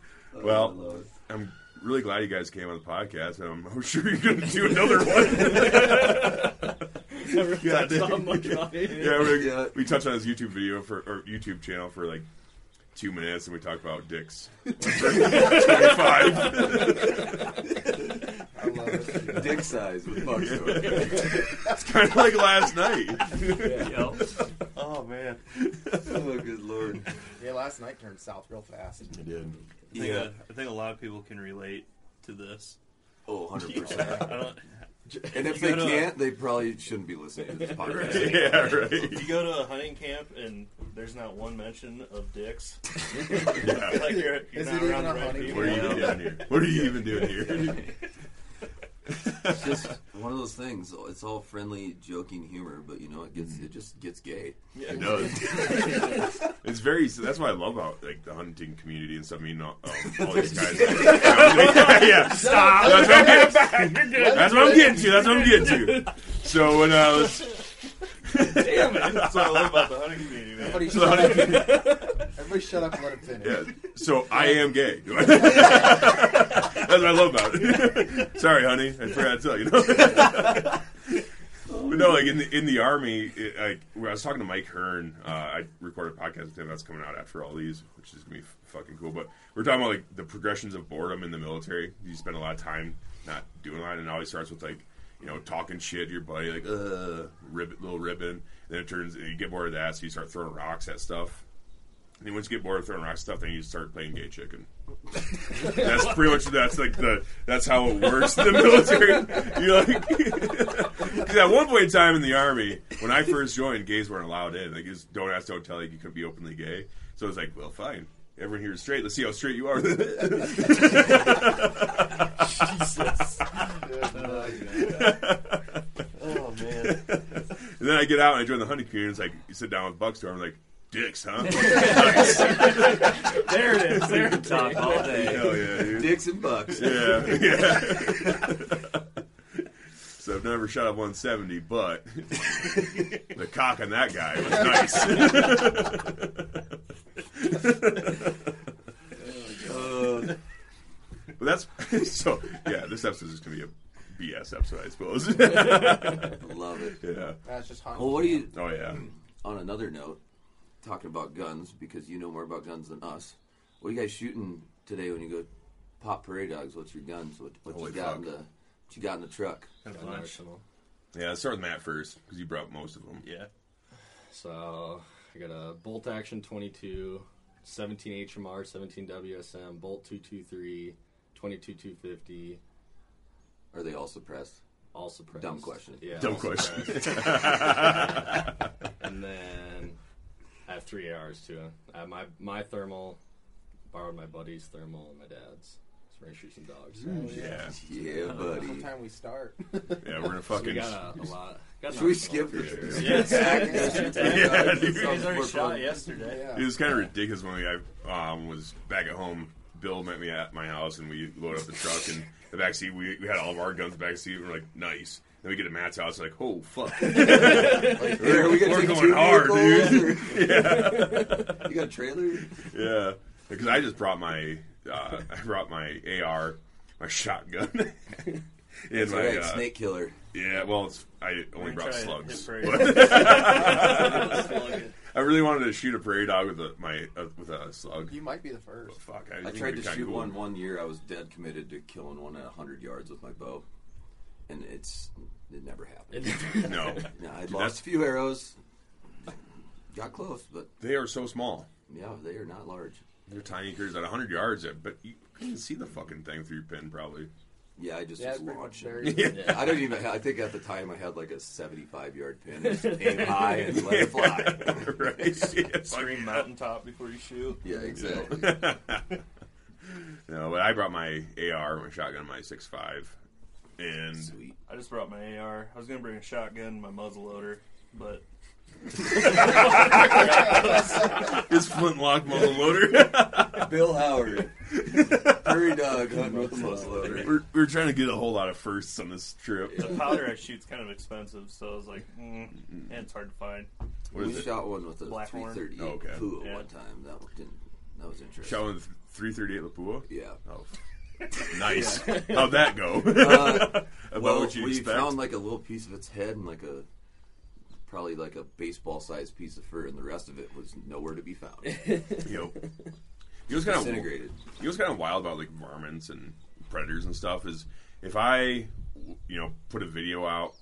Speaker 2: well, I'm really glad you guys came on the podcast, and I'm, I'm sure you're going to do another one. God,
Speaker 9: That's not much on it.
Speaker 2: yeah, we,
Speaker 4: Yeah.
Speaker 2: we touched on his YouTube video for or YouTube channel for like two minutes, and we talked about dicks. Twenty-five.
Speaker 8: I love it.
Speaker 4: Dick size with Buck Story.
Speaker 2: It's kind of like last night.
Speaker 9: Yep.
Speaker 5: Oh man.
Speaker 4: Oh, good lord.
Speaker 8: Yeah, last night turned south real fast.
Speaker 5: I think,
Speaker 4: Yeah.
Speaker 5: I think a lot of people can relate to this.
Speaker 4: Oh, 100%.
Speaker 5: I don't,
Speaker 4: And if
Speaker 5: You
Speaker 4: they
Speaker 5: gotta-
Speaker 4: can't, they probably shouldn't be listening to this podcast.
Speaker 2: Yeah, right.
Speaker 5: you go to a hunting camp and there's not one mention of dicks. I feel like you're, you're
Speaker 8: Is
Speaker 5: not
Speaker 8: it even
Speaker 5: around
Speaker 8: a
Speaker 5: the right
Speaker 8: hunting
Speaker 5: people.
Speaker 2: What are you even doing here? What are you even doing here?
Speaker 4: it's just one of those things. It's all friendly, joking humor, but you know, it gets it just gets gay.
Speaker 2: It does. it's very. so That's why I love how like the hunting community and stuff. I mean, all, um, all these guys. yeah,
Speaker 9: Stop.
Speaker 2: That's what I'm
Speaker 9: You're
Speaker 2: getting,
Speaker 9: good.
Speaker 2: That's what I'm getting to. That's what I'm getting to. So when I was. Damn
Speaker 9: it. That's what I love about the hunting community, man.
Speaker 8: Everybody
Speaker 2: So
Speaker 8: shut
Speaker 2: hunting
Speaker 8: up.
Speaker 2: community-
Speaker 8: Everybody shut up and let him finish.
Speaker 2: Yeah. So I am gay. That's what I love about it. Sorry, honey. I forgot to tell you. but no, like in the in the army, it, like when I was talking to Mike Hearn, uh, I recorded a podcast with him that's coming out after all these, which is gonna be f- fucking cool. But we're talking about like the progressions of boredom in the military. You spend a lot of time not doing a lot, and it always starts with like you know talking shit to your buddy, like uh, ribbon, little ribbon. Then it turns you get bored of that, so you start throwing rocks at stuff. And then once you get bored of throwing rock stuff, then you start playing gay chicken. that's pretty much that's like the that's how it works in the military. You like because at one point in time in the army, when I first joined, gays weren't allowed in. Like, just don't ask, don't tell. Like, you couldn't be openly gay. So it's like, well, fine. Everyone here is straight. Let's see how straight you are. Jesus.
Speaker 9: Oh, man.
Speaker 2: And then I get out and I join the hunting community. It's like you sit down with Buckstorm. I'm like, dicks, huh? Nice.
Speaker 9: There it is. There it is.
Speaker 6: Top all day.
Speaker 2: Hell yeah, dude.
Speaker 4: Dicks and bucks.
Speaker 2: Yeah, yeah. so I've never shot a 170, but the cock on that guy was nice.
Speaker 9: Oh,
Speaker 2: but that's so. Yeah, this episode is going to be a BS episode, I suppose.
Speaker 4: Love it.
Speaker 2: Yeah.
Speaker 8: That's just hunting.
Speaker 4: Well, what do you?
Speaker 2: Oh yeah.
Speaker 4: On another note, talking about guns because you know more about guns than us. What are you guys shooting today when you go pop prairie dogs? What's your guns? What, what
Speaker 2: Holy
Speaker 4: you got in
Speaker 2: fuck.
Speaker 4: the? What you got in the truck?
Speaker 2: Yeah, let's start with Matt first because you brought up most of them.
Speaker 9: Yeah. So I got a bolt action 22, 17 HMR, 17 WSM, bolt 223, 22 250,
Speaker 4: Are they all suppressed?
Speaker 9: all suppressed.
Speaker 4: Dumb question.
Speaker 9: Yeah.
Speaker 2: Dumb
Speaker 9: all
Speaker 2: question.
Speaker 9: suppressed. and then I have three ARs too. I have my my thermal, borrowed my buddy's thermal and my dad's. So we're gonna shoot some dogs.
Speaker 2: Yeah,
Speaker 4: Yeah, buddy.
Speaker 8: Sometime we start.
Speaker 2: yeah, we're gonna
Speaker 9: So we
Speaker 2: fucking.
Speaker 9: got uh, a, a lot. Got
Speaker 4: Should we
Speaker 9: lots of
Speaker 4: skip
Speaker 9: dogs.
Speaker 4: this?
Speaker 2: Yeah, dude.
Speaker 5: You guys already
Speaker 4: More
Speaker 5: shot
Speaker 4: fun.
Speaker 5: yesterday.
Speaker 8: Yeah.
Speaker 2: It was kind of ridiculous when I um, was back at home. Bill met me at my house, and we loaded up the truck and the back seat. We, we had all of our guns in the back seat. And we're like, nice. Then we get to Matt's house, like, oh fuck,
Speaker 4: Hey, are we gonna
Speaker 2: We're
Speaker 4: take
Speaker 2: going
Speaker 4: two
Speaker 2: hard,
Speaker 4: vehicles, or- you got a trailer?
Speaker 2: yeah. Because I just brought my uh, I brought my AR, my shotgun, and
Speaker 4: It's
Speaker 2: my
Speaker 4: alright,
Speaker 2: uh,
Speaker 4: snake killer.
Speaker 2: yeah. Well, it's, I only brought
Speaker 5: try it.
Speaker 2: slugs.
Speaker 5: Hit prairie
Speaker 2: I really wanted to shoot a prairie dog with a my uh, with a slug.
Speaker 8: You might be the first.
Speaker 2: Fuck,
Speaker 4: I
Speaker 2: think
Speaker 4: tried to
Speaker 2: it'd be kinda
Speaker 4: shoot
Speaker 2: cool.
Speaker 4: one one year. I was dead committed to killing one at 100 yards with my bow, and it's it never happened.
Speaker 2: No,
Speaker 4: no, I
Speaker 2: that's-
Speaker 4: lost a few arrows. Got close, but
Speaker 2: they are so small.
Speaker 4: yeah, they are not large.
Speaker 2: They're tiny critters at 100 yards, but you couldn't see the fucking thing through your pin, probably.
Speaker 4: Yeah, I just
Speaker 8: Yeah,
Speaker 4: was
Speaker 8: it's pretty much
Speaker 4: launching.
Speaker 8: buried.
Speaker 4: I don't even. I think at the time I had like a 75 yard pin. Just aim high and let it fly.
Speaker 2: right? It's like-
Speaker 5: Scream mountaintop before you shoot.
Speaker 4: Yeah, exactly.
Speaker 2: no, but I brought my AR, my shotgun, my 6.5, and
Speaker 4: Sweet.
Speaker 5: I just brought my AR. I was gonna bring a shotgun, my muzzle loader, but
Speaker 2: this flintlock muzzle loader.
Speaker 4: Bill Howard, prairie dog hunting with a muzzleloader.
Speaker 2: we're, we're trying to get a whole lot of firsts on this trip.
Speaker 5: the powder I shoot's kind of expensive, so I was like, mm, and it's hard to find.
Speaker 2: What
Speaker 4: We
Speaker 2: is it?
Speaker 4: shot one with a
Speaker 5: Blackhorn?
Speaker 4: 338
Speaker 2: Oh, okay.
Speaker 4: pool
Speaker 5: Yeah.
Speaker 4: one time. That one didn't. That was interesting.
Speaker 2: Shot one with 338 Lapua?
Speaker 4: Yeah. Uh,
Speaker 2: Oh, nice. How'd that go? About
Speaker 4: well,
Speaker 2: what you
Speaker 4: we
Speaker 2: expect?
Speaker 4: found like a little piece of its head and like a probably like a baseball-sized piece of fur, and the rest of it was nowhere to be found.
Speaker 2: Yo. You know what's kind of
Speaker 4: Disintegrated.
Speaker 2: you know what's kind of wild about like varmints and predators and stuff is if I, you know, put a video out,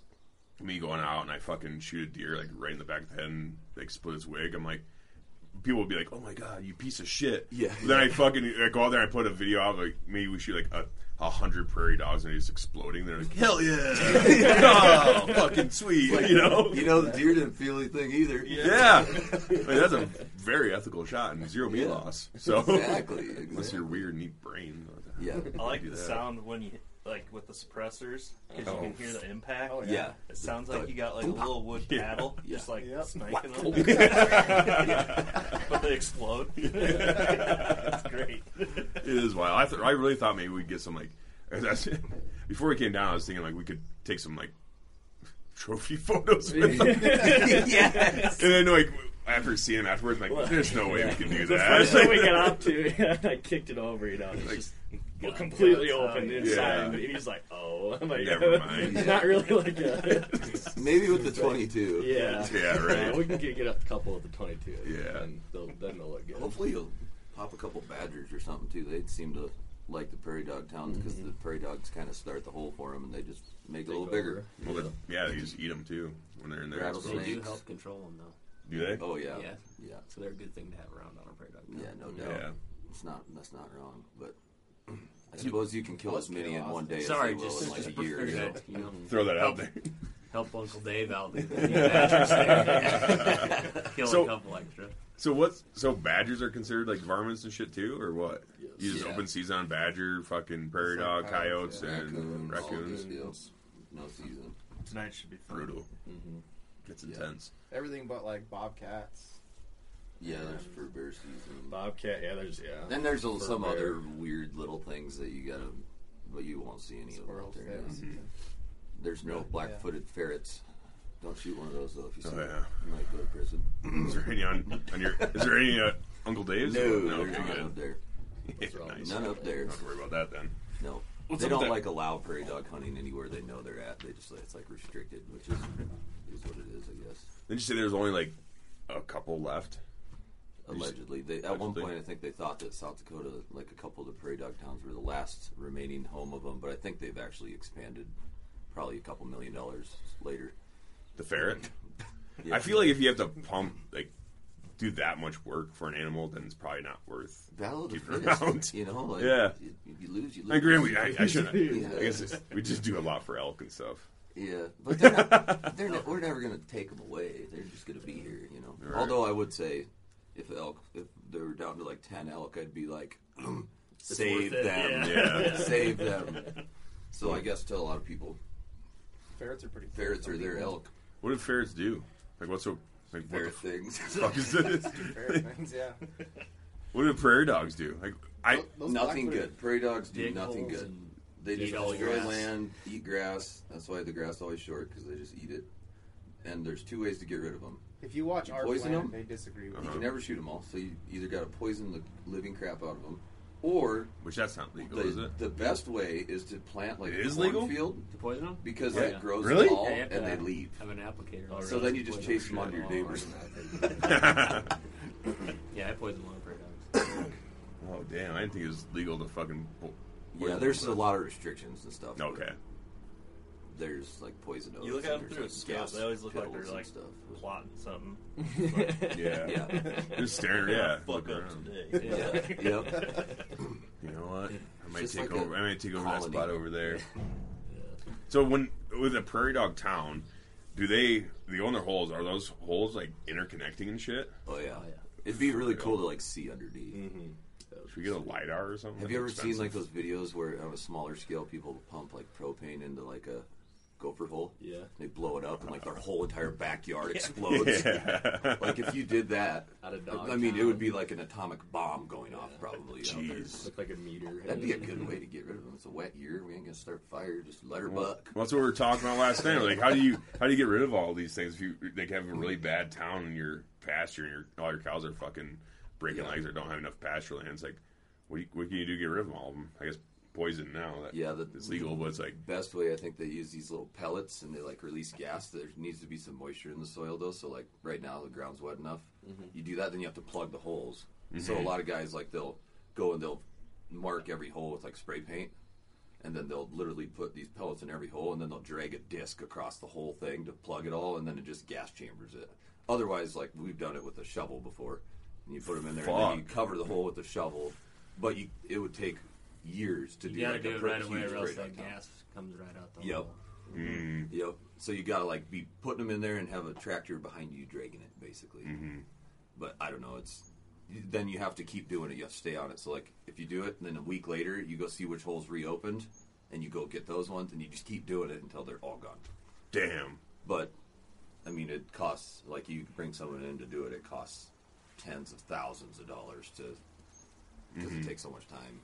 Speaker 2: me going out and I fucking shoot a deer like right in the back of the head and like split his wig, I'm like, people will be like, oh my god, you piece of shit.
Speaker 4: Yeah.
Speaker 2: But then I fucking I go out there and I put a video out of, like maybe we shoot like a. A hundred prairie dogs and he's exploding. They're like, hell yeah, oh, fucking sweet, you know.
Speaker 4: You know, the deer didn't feel anything either.
Speaker 2: Yeah, I mean, that's a very ethical shot and zero meat
Speaker 4: Yeah.
Speaker 2: loss. So
Speaker 4: Exactly,
Speaker 2: unless
Speaker 4: exactly.
Speaker 2: you're weird and eat brain,
Speaker 4: Yeah.
Speaker 5: I like
Speaker 2: Do
Speaker 5: the
Speaker 2: that.
Speaker 5: sound when you like with the suppressors because
Speaker 4: Oh.
Speaker 5: you can hear the impact.
Speaker 4: Oh, yeah. Yeah.
Speaker 5: it sounds like you got like a little wood
Speaker 4: Yeah.
Speaker 5: paddle, just
Speaker 4: Yeah.
Speaker 5: like
Speaker 4: Yep.
Speaker 5: sniping them.
Speaker 4: Yeah.
Speaker 5: but they explode. it's great.
Speaker 2: it is wild. I, th- I really thought maybe we'd get some like before we came down. I was thinking like we could take some like trophy photos. With them.
Speaker 7: Yes.
Speaker 2: And then like after seeing them afterwards, like there's no way we can do
Speaker 7: The
Speaker 2: that.
Speaker 7: first thing we got up to, I kicked it over. You know, it's just completely
Speaker 9: guts out.
Speaker 7: open
Speaker 9: Yeah.
Speaker 7: inside, and he's like, "Oh, I'm like,
Speaker 9: Never mind.
Speaker 7: It's not really like a.
Speaker 4: Maybe with the 22.
Speaker 9: Yeah.
Speaker 4: Yeah, right.
Speaker 9: we can get, get a couple of the 22.
Speaker 4: Yeah.
Speaker 9: And they'll, then they'll look good.
Speaker 4: Hopefully, you'll pop a couple badgers or something too. They seem to like the prairie dog towns because
Speaker 2: Mm-hmm.
Speaker 4: the prairie dogs kind of start the hole for them and they just make it a
Speaker 9: Take
Speaker 4: little bigger.
Speaker 2: Well, they- yeah, they just eat them too when they're in there.
Speaker 4: Rattlesnakes.
Speaker 2: I suppose.
Speaker 4: They
Speaker 6: do help control them though.
Speaker 2: Do they?
Speaker 4: Oh yeah.
Speaker 6: Yeah.
Speaker 4: Yeah.
Speaker 6: So they're a good thing to have around on a prairie dog.
Speaker 4: Yeah, no doubt.
Speaker 6: Yeah.
Speaker 4: It's not that's not wrong, but I suppose you can kill as many in one day as
Speaker 6: Sorry,
Speaker 4: you will
Speaker 6: just,
Speaker 4: in like
Speaker 6: just
Speaker 4: a year.
Speaker 6: prepared
Speaker 4: So.
Speaker 6: it, you know.
Speaker 2: Throw that out
Speaker 6: Help-
Speaker 2: there.
Speaker 6: Help Uncle Dave out. With the mattress there. Kill a couple extra.
Speaker 2: So what's so badgers are considered like varmints and shit too, or what? You just
Speaker 4: Yeah.
Speaker 2: open season on badger, fucking prairie
Speaker 4: It's
Speaker 2: dog,
Speaker 4: like
Speaker 2: coyotes,
Speaker 4: yeah.
Speaker 2: and
Speaker 4: Raccoons, all
Speaker 2: raccoons.
Speaker 4: good deals. No season.
Speaker 5: Tonight should be fun.
Speaker 2: Brutal.
Speaker 4: Mm-hmm.
Speaker 2: It's intense.
Speaker 8: Everything but like bobcats.
Speaker 4: Yeah, there's for bear season.
Speaker 9: Bobcat, yeah, there's, yeah.
Speaker 4: Then there's
Speaker 9: Fur
Speaker 4: some
Speaker 9: bear.
Speaker 4: other weird little things that you gotta, but you won't see any of them out
Speaker 8: Squirrels,
Speaker 4: there.
Speaker 8: they have
Speaker 4: yeah.
Speaker 8: a season.
Speaker 6: Mm-hmm.
Speaker 4: There's no
Speaker 8: Yeah.
Speaker 4: black-footed ferrets. Don't shoot one of those though. If you see
Speaker 2: Oh,
Speaker 4: one,
Speaker 2: yeah.
Speaker 4: you might go to prison.
Speaker 2: Is there any on, on your? Is there any uh, Uncle Dave's?
Speaker 4: No,
Speaker 2: no,
Speaker 4: there's
Speaker 2: okay,
Speaker 4: none
Speaker 2: good.
Speaker 4: up there.
Speaker 2: Yeah, nice.
Speaker 4: None up there.
Speaker 2: Don't have to worry about that then.
Speaker 4: No,
Speaker 2: What's
Speaker 4: they
Speaker 2: up with
Speaker 4: don't
Speaker 2: that?
Speaker 4: like allow prairie dog hunting anywhere they know they're at. They just like it's like restricted, which is is what it is, I guess.
Speaker 2: Did you say there's only like a couple left?
Speaker 4: Allegedly, they, at one
Speaker 2: Allegedly.
Speaker 4: point I think they thought that South Dakota, like a couple of the prairie dog towns, were the last remaining home of them. But I think they've actually expanded, probably a couple million dollars later.
Speaker 2: The ferret.
Speaker 4: Yeah.
Speaker 2: I feel like if you have to pump like do that much work for an animal, then it's probably not worth
Speaker 4: Battle of the
Speaker 2: keeping
Speaker 4: fittest,
Speaker 2: around.
Speaker 4: you know, like,
Speaker 2: yeah.
Speaker 4: you- you lose, you
Speaker 2: I agree.
Speaker 4: lose.
Speaker 2: We, I, I should.
Speaker 4: Yeah.
Speaker 2: I guess it's, we just do a lot for elk and stuff.
Speaker 4: Yeah, but they're not, they're not, we're never going to take them away. They're just going to be here, you know.
Speaker 2: Right.
Speaker 4: Although I would say, if elk, if they were down to like ten elk, I'd be like, save
Speaker 5: worth it,
Speaker 4: them,
Speaker 2: yeah. Yeah.
Speaker 4: save them. So I guess to a lot of people,
Speaker 8: Ferrets are pretty. cool.
Speaker 4: ferrets
Speaker 8: Some
Speaker 4: are their
Speaker 8: people-
Speaker 4: elk,
Speaker 2: What do ferrets do? Like what's so like what the
Speaker 4: ferret things.
Speaker 2: fuck is this?
Speaker 8: Ferret things, yeah.
Speaker 2: what do prairie dogs do? Like I
Speaker 8: Those
Speaker 4: nothing
Speaker 8: black-footed-
Speaker 4: good. Prairie dogs do
Speaker 6: Dig
Speaker 4: nothing
Speaker 6: holes
Speaker 4: good.
Speaker 6: and
Speaker 4: They just
Speaker 6: eat all
Speaker 4: destroy
Speaker 6: grass.
Speaker 4: land, eat grass. That's why the grass is always short because they just eat it. And there's two ways to get rid of them.
Speaker 8: If you watch
Speaker 4: You
Speaker 8: our
Speaker 4: poison
Speaker 8: planet,
Speaker 4: them? Uh-huh.
Speaker 8: they disagree with
Speaker 4: You
Speaker 8: you.
Speaker 4: can never shoot them all, so you either got to poison the living crap out of them, or
Speaker 2: which that's not legal, Oh, is
Speaker 4: the,
Speaker 2: it?
Speaker 4: the best way is to plant like
Speaker 2: It is
Speaker 4: a
Speaker 2: legal?
Speaker 4: cornfield
Speaker 6: To poison them?
Speaker 4: because
Speaker 6: Yeah.
Speaker 4: that grows
Speaker 2: Really?
Speaker 4: tall
Speaker 6: Yeah, you have
Speaker 4: and they
Speaker 6: to
Speaker 4: leave.
Speaker 6: Have an applicator.
Speaker 4: So then you just chase them onto your neighbors.
Speaker 6: Yeah, I poison a lot of prairie dogs.
Speaker 2: oh damn! I didn't think it was legal to fucking. po-
Speaker 4: yeah,
Speaker 2: poison
Speaker 4: there's a
Speaker 2: them.
Speaker 4: lot of restrictions and stuff. but
Speaker 2: Okay.
Speaker 4: There's like poison oaks.
Speaker 5: You look
Speaker 4: and
Speaker 5: at them
Speaker 4: there's,
Speaker 5: through a
Speaker 4: like,
Speaker 5: scope,
Speaker 4: gas
Speaker 5: they always look like
Speaker 4: pills
Speaker 5: they're
Speaker 4: and
Speaker 5: like
Speaker 4: stuff.
Speaker 5: plotting something.
Speaker 2: Yeah.
Speaker 4: Yeah.
Speaker 2: Just staring. Yeah.
Speaker 5: fuck
Speaker 2: looking
Speaker 5: up
Speaker 2: around.
Speaker 5: today.
Speaker 4: Yeah. yep.
Speaker 2: You know what? I might
Speaker 4: just
Speaker 2: take
Speaker 4: like a
Speaker 2: over. I might take over that
Speaker 4: colony.
Speaker 2: spot over there. So when with a prairie dog town, do they they own their holes? Are those holes like interconnecting and shit?
Speaker 4: Oh yeah. It'd be really cool to like see underneath.
Speaker 2: Should we get a lidar or something?
Speaker 4: Have you ever
Speaker 2: That's expensive.
Speaker 4: seen like those videos where on a smaller scale people pump like propane into like a gopher hole?
Speaker 9: Yeah.
Speaker 4: They blow it up and like their whole entire backyard explodes.
Speaker 2: Yeah.
Speaker 4: Like if you did that,
Speaker 9: At a dog
Speaker 4: I mean, it
Speaker 9: town.
Speaker 4: would be like an atomic bomb going off, probably. out there.
Speaker 2: Jeez.
Speaker 9: Look like a meter.
Speaker 4: That'd be a good way to get rid of them. It's a wet year. We ain't gonna start fire. Just let her buck.
Speaker 2: Well, that's what we were talking about last night. Like, how do you how do you get rid of all these things? If you like have a really bad town in your pasture and your all your cows are fucking breaking
Speaker 4: Yeah.
Speaker 2: legs or don't have enough pasture land, it's like, what, do you, what can you do to get rid of 'em, all of them? I guess poison now. That
Speaker 4: Yeah, the-
Speaker 2: it's legal, but it's like
Speaker 4: Best way, I think they use these little pellets and they like release gas. There needs to be some moisture in the soil though. So like right now the ground's wet enough.
Speaker 6: Mm-hmm.
Speaker 4: You do that, then you have to plug the holes. So a lot of guys like they'll go and they'll mark every hole with like spray paint. And then they'll literally put these pellets in every hole, and then they'll drag a disc across the whole thing to plug it all, and then it just gas chambers it. Otherwise, like we've done it with a shovel before, and you put them in there, and then you
Speaker 2: Fuck.
Speaker 4: cover the hole with the shovel. But you, it would take years to
Speaker 6: You
Speaker 4: do.
Speaker 6: gotta
Speaker 4: like, a
Speaker 6: do it
Speaker 4: pretty
Speaker 6: right away
Speaker 4: huge
Speaker 6: or else
Speaker 4: breakdown.
Speaker 6: that gas comes right out the
Speaker 4: Yep.
Speaker 6: hole. Mm.
Speaker 4: Yep. So you gotta like be putting them in there and have a tractor behind you dragging it, basically.
Speaker 6: Mm-hmm.
Speaker 4: But I don't know. It's then you have to keep doing it. You have to stay on it. So like if you do it, and then a week later you go see which hole's reopened, and you go get those ones, and you just keep doing it until they're all gone.
Speaker 2: Damn.
Speaker 4: But I mean, it costs like you bring someone in to do it. It costs tens of thousands of dollars to because
Speaker 2: Mhm.
Speaker 4: it takes so much time.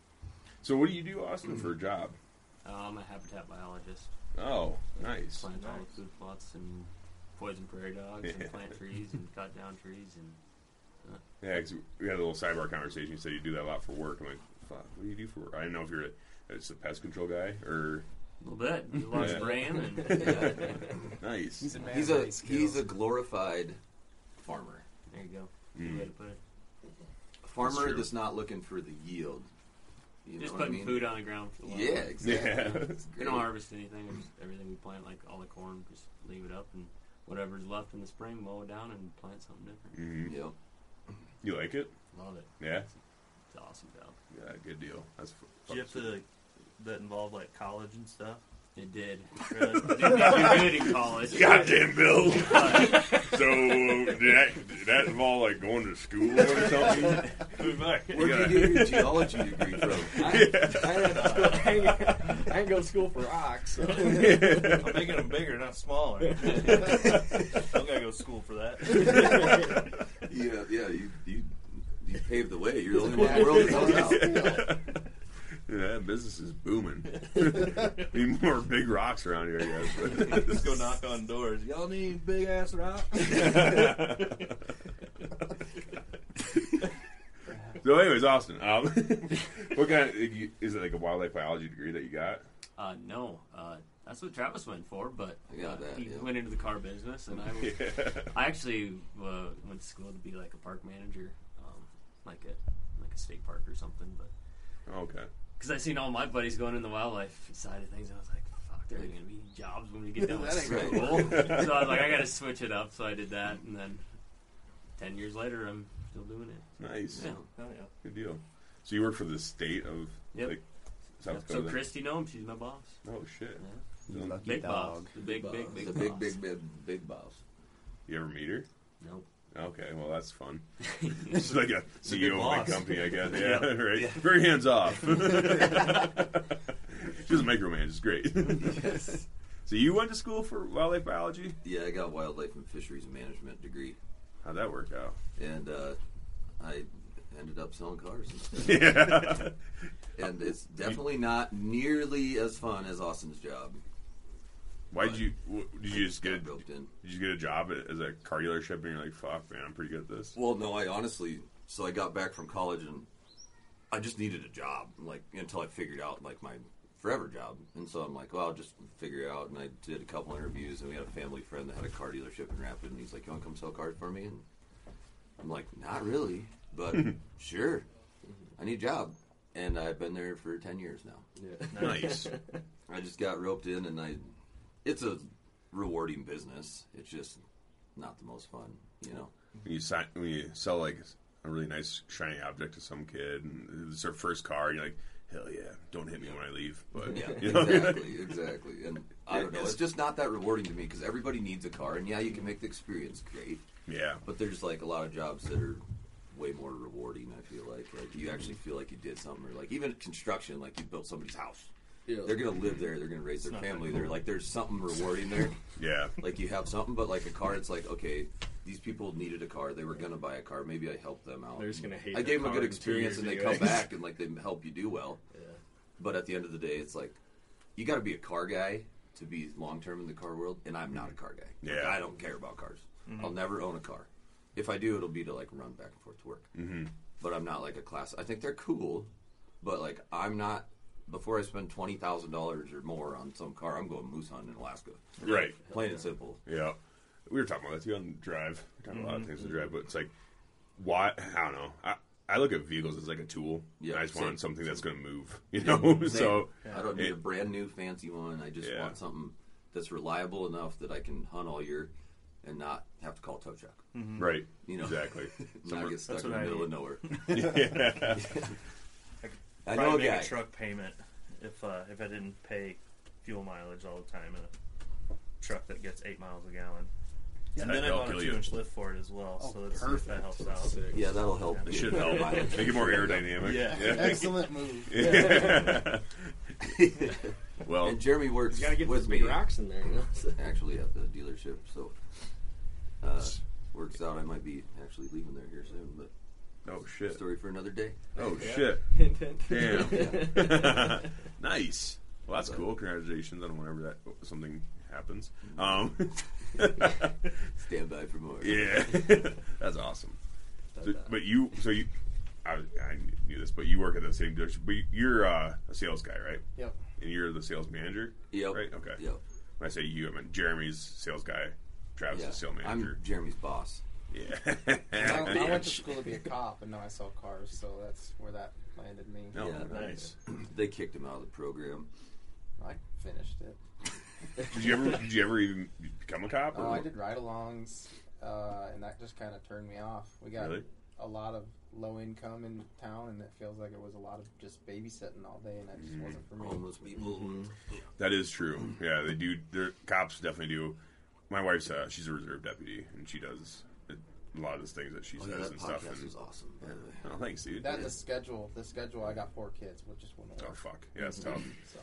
Speaker 2: So what do you do, Austin, for a job?
Speaker 6: Uh, I'm a habitat biologist.
Speaker 2: Oh, nice.
Speaker 6: Plant all the food plots and poison prairie dogs
Speaker 2: Yeah.
Speaker 6: and plant trees and cut down trees and. Uh,
Speaker 2: Yeah, 'cause we had a little sidebar conversation. You said you do that a lot for work. I'm like, fuck, what do you do for work? I didn't know if you're a, just a pest control guy or
Speaker 6: a little bit. Do a lot of spraying and-
Speaker 2: nice.
Speaker 4: He's a he's a, glorified farmer.
Speaker 6: There you go.
Speaker 4: Mm.
Speaker 6: Good way to put
Speaker 4: A
Speaker 6: it. That's
Speaker 4: farmer
Speaker 6: true.
Speaker 4: that's not looking for the yield. You
Speaker 6: just
Speaker 4: know what I
Speaker 6: putting
Speaker 4: mean?
Speaker 6: food on the ground. For the wild.
Speaker 4: Yeah, exactly. It's
Speaker 6: we
Speaker 4: great.
Speaker 6: don't harvest anything. we just everything we plant, like all the corn, just leave it up, and whatever's left in the spring, mow it down and plant something different.
Speaker 2: Mhm.
Speaker 4: Yep.
Speaker 2: You like it?
Speaker 4: Mm.
Speaker 6: Love it.
Speaker 2: Yeah.
Speaker 6: It's awesome, job.
Speaker 2: Yeah, good deal. That's fu-
Speaker 5: Did you have to that involved like college and stuff?
Speaker 6: It did.
Speaker 5: Really? You did good in college.
Speaker 2: Goddamn, Bill. so uh, did that, did that involve like going to school or something? Where
Speaker 4: Where did you get your geology degree from?
Speaker 2: I,
Speaker 8: I didn't go to school for rocks. So.
Speaker 5: I'm making them bigger, not smaller. I'm gonna go to school for that.
Speaker 4: Yeah, yeah. You you you paved the way. You're the only one in the world that knows how.
Speaker 2: Yeah, that business is booming. Need more big rocks around here, I guess.
Speaker 5: Just go knock on doors. Y'all need big ass rock.
Speaker 2: so, anyways, Austin, um, what kind of, is it like a wildlife biology degree that you got?
Speaker 6: Uh, no, uh, that's what Travis went for, but
Speaker 4: I got
Speaker 6: uh,
Speaker 4: that,
Speaker 6: he
Speaker 4: yeah.
Speaker 6: went into the car business, and I, was, I actually uh, went to school to be like a park manager, um, like a like a state park or something. But
Speaker 2: Oh, Okay.
Speaker 6: because I seen all my buddies going in the wildlife side of things, and I was like, "Fuck, there ain't gonna be jobs when we get done with
Speaker 8: That ain't
Speaker 6: school." so I was like, "I gotta switch it up." So I did that, and then ten years later, I'm still doing it.
Speaker 2: Nice.
Speaker 6: Yeah.
Speaker 5: Oh,
Speaker 2: Good deal. So, you work for the state of
Speaker 6: Yep.
Speaker 2: like, South
Speaker 6: So
Speaker 2: Dakota?
Speaker 6: Christy Nome, she's my boss.
Speaker 2: Oh, shit.
Speaker 6: Yeah.
Speaker 2: So,
Speaker 6: Big boss, the big,
Speaker 4: Boss.
Speaker 6: big, big,
Speaker 4: the
Speaker 6: boss.
Speaker 4: big, big, big, big boss.
Speaker 2: You ever meet her?
Speaker 6: Nope.
Speaker 2: Okay, well that's fun. She's like a
Speaker 5: a good
Speaker 2: CEO of
Speaker 5: boss.
Speaker 2: my company, I guess. Yeah, right. Very hands off. she doesn't micromanage. It's great. so you went to school for wildlife biology?
Speaker 4: Yeah, I got wildlife and fisheries management degree,
Speaker 2: How'd that work out?
Speaker 4: and uh, I ended up selling cars.
Speaker 2: Yeah.
Speaker 4: and it's definitely not nearly as fun as Austin's job.
Speaker 2: Why did you? wh- Did you just get? A, did
Speaker 4: roped in.
Speaker 2: you just get a job at- as a car dealership, and you're like, "Fuck, man, I'm pretty good at this."
Speaker 4: Well, no, I honestly. So I got back from college and I just needed a job, like until I figured out like my forever job. And so I'm like, well, I'll just figure it out. And I did a couple interviews, and we had a family friend that had a car dealership in Rapid, and he's like, "You want to come sell cars for me?" And I'm like, "Not really, but sure. I need a job." And I've been there for ten years now.
Speaker 2: Nice.
Speaker 4: I just got roped in, and I. It's a rewarding business. It's just not the most fun, you know.
Speaker 2: When you sign, when you sell like a really nice shiny object to some kid, and it's their first car, and you're like, "Hell yeah! Don't hit me when I leave." But
Speaker 4: Yeah,
Speaker 2: you know?
Speaker 4: exactly, exactly. And I don't know.
Speaker 2: Yes.
Speaker 4: It's just not that rewarding to me because everybody needs a car, and yeah, you can make the experience great,
Speaker 2: yeah.
Speaker 4: but there's like a lot of jobs that are way more rewarding. I feel like like you actually feel like you did something, or like even construction, like you built somebody's house.
Speaker 8: Yeah.
Speaker 4: They're gonna live there. They're gonna raise their family there. Like there's something rewarding there.
Speaker 2: Yeah.
Speaker 4: Like you have something, but like a car, it's like okay, these people needed a car. They were gonna buy a car. Maybe I helped them out.
Speaker 9: They're just gonna hate
Speaker 4: I
Speaker 9: their
Speaker 4: gave them a
Speaker 9: car
Speaker 4: good
Speaker 9: in two
Speaker 4: experience,
Speaker 9: years
Speaker 4: and they
Speaker 9: anyway.
Speaker 4: come back and like they help you do well. But at the end of the day, it's like you got to be a car guy to be long term in the car world, and I'm not a car guy. Like,
Speaker 2: Yeah.
Speaker 4: I don't care about cars. I'll never own a car. If I do, it'll be to like run back and forth to work. Mm-hmm. But I'm not like a class. I think they're cool, but like I'm not. Before I spend twenty thousand dollars or more on some car, I'm going moose hunting in Alaska.
Speaker 2: Right.
Speaker 4: Plain and simple.
Speaker 2: Yeah. We were talking about that too on drive. We're talking
Speaker 4: Mm-hmm.
Speaker 2: about a lot of things on drive, but it's like why I don't know. I, I look at vehicles as like a tool.
Speaker 4: Yeah,
Speaker 2: I just
Speaker 4: same.
Speaker 2: want something that's gonna move. You know? so
Speaker 4: I don't need
Speaker 2: Yeah.
Speaker 4: a brand new fancy one. I just
Speaker 2: Yeah.
Speaker 4: want something that's reliable enough that I can hunt all year and not have to call tow truck.
Speaker 2: right.
Speaker 4: You know.
Speaker 2: Exactly.
Speaker 4: Not
Speaker 2: Somewhere-
Speaker 4: get stuck
Speaker 5: Mm-hmm. That's
Speaker 4: in
Speaker 5: what
Speaker 4: the
Speaker 5: I
Speaker 4: middle
Speaker 5: need.
Speaker 4: of nowhere.
Speaker 2: yeah.
Speaker 4: I know a
Speaker 5: Probably
Speaker 4: guy.
Speaker 5: make a truck payment if uh, if I didn't pay fuel mileage all the time in a truck that gets eight miles a gallon. and then I
Speaker 2: that'll
Speaker 5: bought a
Speaker 2: kill you.
Speaker 5: two-inch lift for it as well,
Speaker 4: Oh,
Speaker 5: so that's, if that helps out.
Speaker 4: Yeah, that'll help.
Speaker 2: It should help. Make it more aerodynamic.
Speaker 5: Yeah.
Speaker 8: Excellent move.
Speaker 2: Yeah. Well,
Speaker 4: and Jeremy works
Speaker 9: He's gotta get
Speaker 4: with
Speaker 9: those
Speaker 4: me.
Speaker 9: big rocks in there, you know?
Speaker 4: actually, at the dealership, so uh, works out. I might be actually leaving there here soon, but
Speaker 2: oh shit,
Speaker 4: story for another day.
Speaker 2: Oh
Speaker 4: Yeah.
Speaker 2: shit!
Speaker 4: Hint, hint.
Speaker 2: Damn.
Speaker 4: Yeah.
Speaker 2: nice. Well, that's
Speaker 4: So-
Speaker 2: cool. Congratulations on whenever that something happens. Um,
Speaker 4: Stand by for more.
Speaker 2: Yeah, that's awesome. So,
Speaker 4: Ta-ta.
Speaker 2: but you, so you, I, I knew this, but you work at the same dealership. But you're uh, a sales guy, right?
Speaker 8: Yep.
Speaker 2: And you're the sales manager.
Speaker 4: Yep.
Speaker 2: Right. Okay.
Speaker 4: Yep.
Speaker 2: When I say you, I mean Jeremy's sales guy. Travis
Speaker 4: Yeah.
Speaker 2: is sales manager.
Speaker 4: I'm Jeremy's boss.
Speaker 2: yeah.
Speaker 8: I, I went to
Speaker 2: Bitch.
Speaker 8: school to be a cop, and now I sell cars, so that's where that landed me.
Speaker 2: Oh, nice.
Speaker 4: They kicked him out of the program.
Speaker 8: I finished it.
Speaker 2: Did you ever? Did you ever even become a cop? or
Speaker 8: Oh, I
Speaker 2: what?
Speaker 8: did ride-alongs, uh, and that just kind of turned me off. We got
Speaker 2: Really?
Speaker 8: a lot of low income in town, and it feels like it was a lot of just babysitting all day, and that just wasn't for me.
Speaker 4: Mm. Homeless people.
Speaker 8: Mm-hmm.
Speaker 2: That is true. Yeah, they do. Their cops definitely do. My wife's uh, she's a reserve deputy, and she does a lot of the things that she
Speaker 4: Oh,
Speaker 2: says
Speaker 4: yeah, that
Speaker 2: and stuff.
Speaker 4: podcast
Speaker 2: and-
Speaker 4: was awesome. By the way.
Speaker 2: Oh, thanks, dude.
Speaker 8: That the schedule, the schedule. I got four kids, which just wouldn't
Speaker 2: oh
Speaker 8: work.
Speaker 2: fuck, yeah, it's tough.
Speaker 8: Mm-hmm. So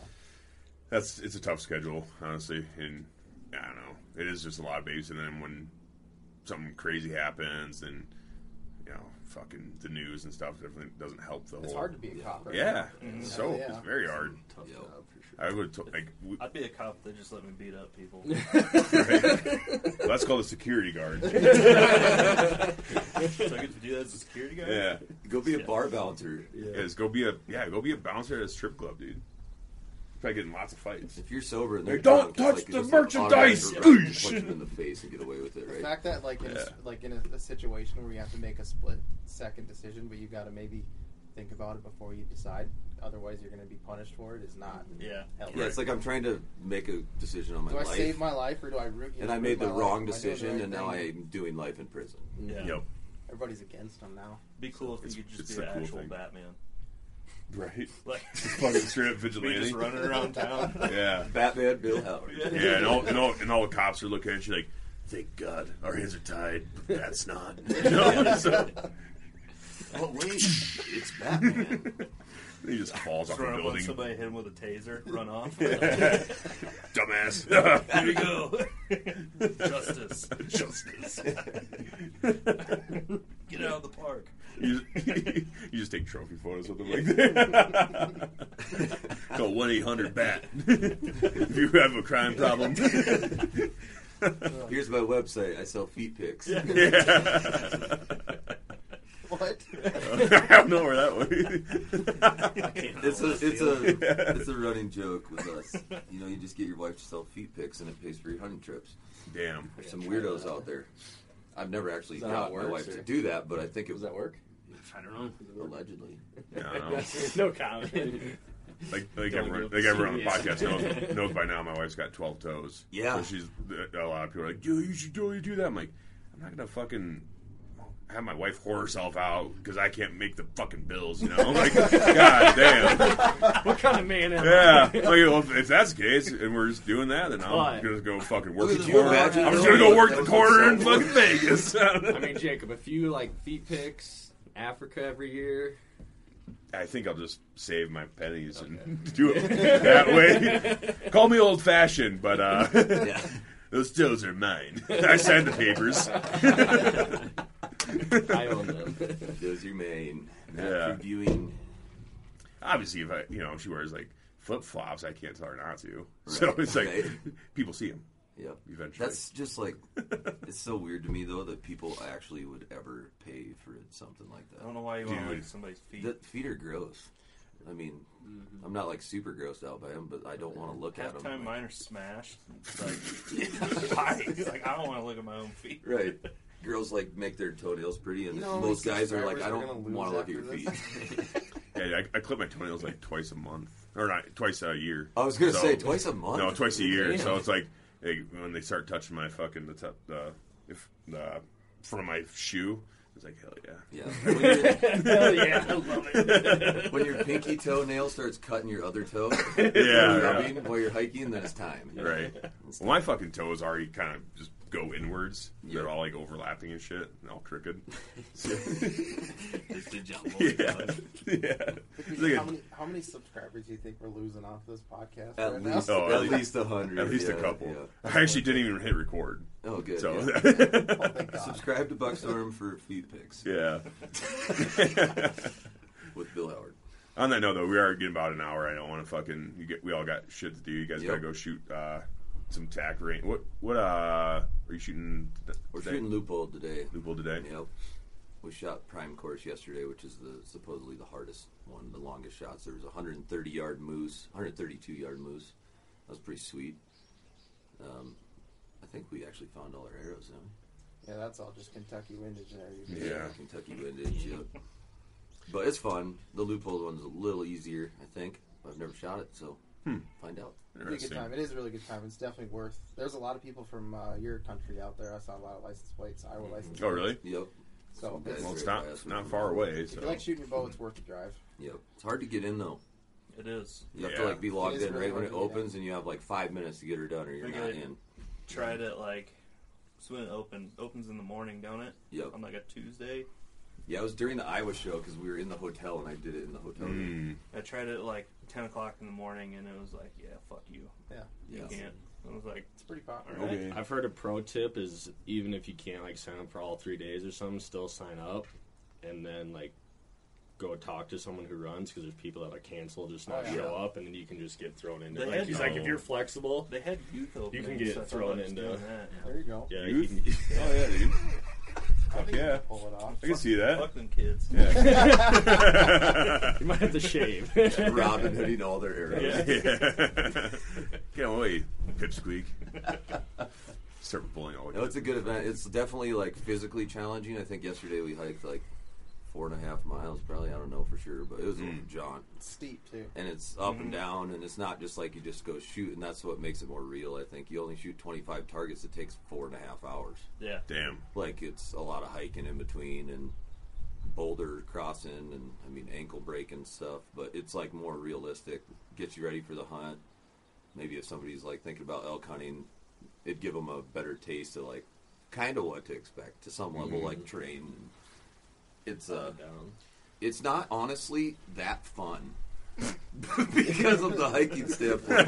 Speaker 2: That's it's a tough schedule, honestly, and I don't know. It is just a lot of babes, and then when something crazy happens, and you know, fucking the news and stuff, everything doesn't help the
Speaker 8: it's
Speaker 2: whole.
Speaker 8: hard to be a cop. Right
Speaker 2: yeah,
Speaker 8: now.
Speaker 2: it's so
Speaker 8: Yeah.
Speaker 2: it's very hard.
Speaker 9: Tough job for sure.
Speaker 2: I would to- like we,
Speaker 5: I'd be a cop that just let me beat up people.
Speaker 2: let's call the security guard.
Speaker 5: so I get to do that as a security guard.
Speaker 2: Yeah.
Speaker 4: Go be a bar bouncer.
Speaker 2: Is go be a yeah, go be a bouncer at a strip club, dude. Probably getting lots of fights.
Speaker 4: If you're sober and they're
Speaker 2: Hey, don't
Speaker 4: drunk, it's
Speaker 2: touch
Speaker 4: like you
Speaker 2: the
Speaker 4: just, like,
Speaker 2: merchandise!
Speaker 4: automatically Punch them in the face and get away with it,
Speaker 8: The
Speaker 4: right?
Speaker 8: fact that like in a, s-
Speaker 2: Yeah.
Speaker 8: like in a, a situation where you have to make a split second decision, but you got to maybe think about it before you decide. Otherwise, you're going to be punished for it. Is not
Speaker 5: Yeah.
Speaker 8: helpful.
Speaker 4: Yeah, it's like I'm trying to make a decision on my
Speaker 8: do I
Speaker 4: life,
Speaker 8: save my life or do I root? You
Speaker 4: and
Speaker 8: know,
Speaker 4: I
Speaker 8: root
Speaker 4: made the
Speaker 8: my life?
Speaker 4: wrong
Speaker 8: Am I doing the
Speaker 4: decision,
Speaker 8: right
Speaker 4: and now
Speaker 8: thing?
Speaker 4: I'm doing life in prison.
Speaker 9: Yeah.
Speaker 2: Yep.
Speaker 8: everybody's against him now.
Speaker 5: Be cool if
Speaker 2: It's-
Speaker 5: you could
Speaker 2: it's
Speaker 5: just
Speaker 2: the
Speaker 5: be an
Speaker 2: cool
Speaker 5: actual
Speaker 2: thing.
Speaker 5: Batman.
Speaker 2: Right.
Speaker 5: Like
Speaker 2: Fucking straight up
Speaker 5: me
Speaker 2: vigilante.
Speaker 5: just running around town.
Speaker 2: Yeah.
Speaker 4: Batman Bill Howard.
Speaker 2: Yeah, and all, and all and all the cops are looking at you like, Thank God, our hands are tied, but that's not. You know? so
Speaker 4: Oh wait, it's Batman.
Speaker 2: he just falls off
Speaker 5: Just
Speaker 2: the
Speaker 5: run up on
Speaker 2: building.
Speaker 5: somebody, hit him with a taser, run off.
Speaker 2: Dumbass.
Speaker 5: There you go. Justice.
Speaker 2: Justice.
Speaker 5: Get out of the park.
Speaker 2: you, you just take trophy photos with them like that. Call one eight hundred bat. if you have a crime problem.
Speaker 4: Here's my website. I sell feet pics.
Speaker 2: yeah.
Speaker 8: What?
Speaker 2: I don't know where that was.
Speaker 4: It's a it's a it's a running joke with us. You know, you just get your wife to sell feet pics, and it pays for your hunting trips.
Speaker 2: Damn.
Speaker 4: There's some weirdos out there. I've never actually
Speaker 9: that how
Speaker 4: got
Speaker 9: it
Speaker 4: my wife
Speaker 9: works, or-
Speaker 4: to do that, but I think it
Speaker 9: Does that work?
Speaker 6: I don't know.
Speaker 4: allegedly.
Speaker 2: I don't know.
Speaker 9: no comment.
Speaker 2: Like, like
Speaker 9: Don't
Speaker 2: everyone,
Speaker 9: do
Speaker 2: like
Speaker 9: it.
Speaker 2: everyone on the
Speaker 9: Yeah.
Speaker 2: podcast knows, knows by now. My wife's got twelve toes.
Speaker 4: Yeah.
Speaker 2: So she's a lot of people are like, dude, you should totally do that. I'm like, I'm not gonna fucking have my wife whore herself out because I can't make the fucking bills. You know, I'm like, god damn.
Speaker 9: what kind of man am
Speaker 2: Yeah. Like, well, if that's the case, and we're just doing that, then I'm
Speaker 9: But-
Speaker 2: gonna go fucking work
Speaker 4: Could
Speaker 2: the
Speaker 4: you
Speaker 2: corner.
Speaker 4: imagine
Speaker 2: I'm just
Speaker 4: though
Speaker 2: gonna go
Speaker 4: if
Speaker 2: work
Speaker 4: that
Speaker 2: the
Speaker 4: was
Speaker 2: corner in
Speaker 4: acceptable?
Speaker 2: fucking Vegas.
Speaker 9: I? I mean, Jacob, if you like feet picks Africa every year,
Speaker 2: I think I'll just save my pennies and do it that way. Call me old fashioned, but uh,
Speaker 4: Yeah.
Speaker 2: those toes are mine. I signed the papers.
Speaker 9: I own them.
Speaker 4: Those are mine.
Speaker 2: Yeah.
Speaker 4: After viewing,
Speaker 2: Obviously, if I, you know, if she wears like flip flops, I can't tell her not to. So
Speaker 4: Right,
Speaker 2: it's like
Speaker 4: right.
Speaker 2: people see them
Speaker 4: yep.
Speaker 2: eventually.
Speaker 4: That's just like it's so weird to me though that people actually would ever pay for something like
Speaker 5: I
Speaker 4: that.
Speaker 5: don't know why you want to
Speaker 2: Dude.
Speaker 5: lick somebody's feet.
Speaker 4: The feet are gross. I mean, I'm not like super grossed out by them, but I don't want to look at
Speaker 5: Half time
Speaker 4: them.
Speaker 5: mine are smashed. It's Like, why? It's Like, I don't want to look at my own feet.
Speaker 4: Right. Girls like make their toenails pretty, and
Speaker 8: You know how
Speaker 4: most
Speaker 8: many
Speaker 4: guys are like,
Speaker 8: subscribers
Speaker 4: I
Speaker 8: we're
Speaker 4: don't
Speaker 8: gonna lose
Speaker 4: want to look at your
Speaker 8: after
Speaker 4: feet.
Speaker 2: yeah, I, I clip my toenails like twice a month, or not twice a year.
Speaker 4: I was gonna
Speaker 2: So-
Speaker 4: say twice a month.
Speaker 2: No, twice a year.
Speaker 4: Damn.
Speaker 2: So it's like they, when they start touching my fucking the top, the if the front of my shoe, it's like hell yeah.
Speaker 4: Yeah. When, your-
Speaker 9: Hell yeah, I love it.
Speaker 4: when your pinky toenail starts cutting your other toe,
Speaker 2: Yeah,
Speaker 4: rubbing while you're hiking, then it's time.
Speaker 2: Right. Well, my fucking toes already kind of just go inwards. They're all like overlapping and shit, and all crooked. So-
Speaker 6: Just a jumble.
Speaker 2: Yeah, yeah. It's like a-
Speaker 8: how, many, how many subscribers do you think we're losing off this podcast?
Speaker 4: At
Speaker 8: right
Speaker 4: least-
Speaker 8: now?
Speaker 4: Oh, at least a hundred,
Speaker 2: At least a
Speaker 4: yeah,
Speaker 2: couple.
Speaker 4: yeah.
Speaker 2: I actually didn't even hit record.
Speaker 4: Oh, good.
Speaker 2: So
Speaker 4: yeah. Subscribe to Buckstorm for feed pics.
Speaker 2: Yeah.
Speaker 4: With Bill Howard.
Speaker 2: On that note, though, we are getting about an hour. I don't want to fucking. You get, we all got shit to do. You guys
Speaker 4: Yep.
Speaker 2: gotta go shoot uh, some tack range. What? What? Uh, are you shooting? th-
Speaker 4: We're
Speaker 2: today?
Speaker 4: shooting loophole today.
Speaker 2: Loophole today.
Speaker 4: Yep. We shot prime course yesterday, which is the supposedly the hardest one, the longest shots. There was a 130 yard moose, 132 yard moose. That was pretty sweet. Um, I think we actually found all our arrows, didn't we?
Speaker 8: Yeah, that's all just Kentucky windage there. You can-
Speaker 4: Yeah, Kentucky windage. Yep. But it's fun. The loophole one's a little easier, I think. I've never shot it, so
Speaker 8: Hmm.
Speaker 4: find out.
Speaker 8: It'd be a good time. It is a really good time. It's definitely worth. There's a lot of people from uh, your country out there. I saw a lot of license plates,
Speaker 4: Mm-hmm.
Speaker 8: Iowa license.
Speaker 2: Oh, really?
Speaker 8: plates.
Speaker 4: Yep.
Speaker 8: So
Speaker 4: That's
Speaker 8: it's-
Speaker 4: very
Speaker 2: it's not-
Speaker 4: fast.
Speaker 2: not far away,
Speaker 8: If you like shooting your bow, it's worth the drive.
Speaker 4: Yep. It's hard to get in though.
Speaker 5: It is.
Speaker 4: You have to like be
Speaker 8: It
Speaker 4: logged
Speaker 8: is
Speaker 4: in
Speaker 8: really
Speaker 4: right when
Speaker 8: hard
Speaker 4: it
Speaker 8: to get in.
Speaker 4: opens, and you have like five minutes to get her done, or you're
Speaker 5: Like,
Speaker 4: not
Speaker 5: I
Speaker 4: in.
Speaker 5: Tried it like it's when it opened. Opens in the morning, don't it?
Speaker 4: Yep.
Speaker 5: On like a Tuesday.
Speaker 4: Yeah, it was during the Iowa show because we were in the hotel, and I did it in the hotel. room.
Speaker 5: I tried it at like ten o'clock in the morning, and it was like, yeah, fuck you.
Speaker 8: Yeah.
Speaker 5: You
Speaker 4: Yeah.
Speaker 5: can't. I was like,
Speaker 8: It's pretty popular.
Speaker 5: All right.
Speaker 9: I've heard a pro tip is even if you can't like sign up for all three days or something, still sign up, and then like go talk to someone who runs because there's people that like cancel just not
Speaker 5: Oh, yeah.
Speaker 9: show up, and then you can just get thrown into.
Speaker 5: They
Speaker 9: it.
Speaker 5: had
Speaker 9: Like, he's like, if
Speaker 5: no-
Speaker 9: you're flexible,
Speaker 5: They had youth
Speaker 9: you
Speaker 5: openings,
Speaker 9: can
Speaker 5: so I
Speaker 9: get
Speaker 5: thought
Speaker 9: thrown
Speaker 5: I was
Speaker 9: into.
Speaker 5: doing that.
Speaker 8: There you go.
Speaker 9: Yeah,
Speaker 2: Youth?
Speaker 9: you can-
Speaker 2: Oh yeah, dude.
Speaker 8: I
Speaker 2: Fuck
Speaker 8: think you
Speaker 2: yeah.
Speaker 8: can pull it off.
Speaker 2: I can see that.
Speaker 5: Fuck them kids.
Speaker 2: Yeah.
Speaker 9: you might have to shave.
Speaker 4: Robin hooding all their arrows.
Speaker 2: yeah. Can't wait. Pipsqueak. Start bullying all the
Speaker 4: No, it's a good event. It's definitely like physically challenging. I think yesterday we hiked like four and a half miles, probably. I don't know for sure, but it was a little jaunt.
Speaker 8: It's steep too.
Speaker 4: And it's up and down, and it's not just like you just go shoot, and that's what makes it more real. I think you only shoot 25 targets. It takes four and a half hours.
Speaker 5: Yeah.
Speaker 2: Damn.
Speaker 4: Like it's a lot of hiking in between and boulder crossing, and I mean ankle breaking stuff. But it's like more realistic. Gets you ready for the hunt. Maybe if somebody's like thinking about elk hunting, it'd give them a better taste of like kind of what to expect to some level, like terrain. It's uh,
Speaker 9: Down.
Speaker 4: it's not honestly that fun because of the hiking standpoint.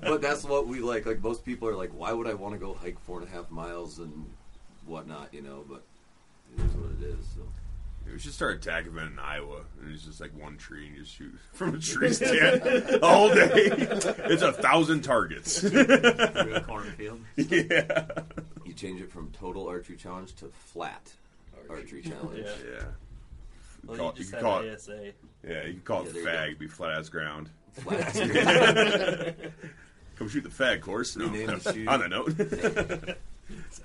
Speaker 4: but that's what we like. Like most people are like, why would I want to go hike four and a half miles and whatnot? You know, but it is what it is. So.
Speaker 2: We should start a tag event in Iowa, and it's just like one tree, and you just shoot from a tree stand all day. It's a thousand targets.
Speaker 6: Through a cornfield.
Speaker 2: yeah,
Speaker 4: You change it from total archery challenge to flat archery, challenge.
Speaker 5: Yeah.
Speaker 2: yeah.
Speaker 5: Well,
Speaker 2: Call-
Speaker 5: you just
Speaker 2: you
Speaker 5: had
Speaker 2: call
Speaker 5: an
Speaker 2: it-
Speaker 5: ASA.
Speaker 2: Yeah, you can call
Speaker 4: Yeah,
Speaker 2: it
Speaker 4: there you
Speaker 2: fag.
Speaker 4: go.
Speaker 2: It'd be flat ass ground.
Speaker 4: Flat.
Speaker 2: Come shoot the fag course. No.
Speaker 4: Rename the shoe.
Speaker 2: On that note,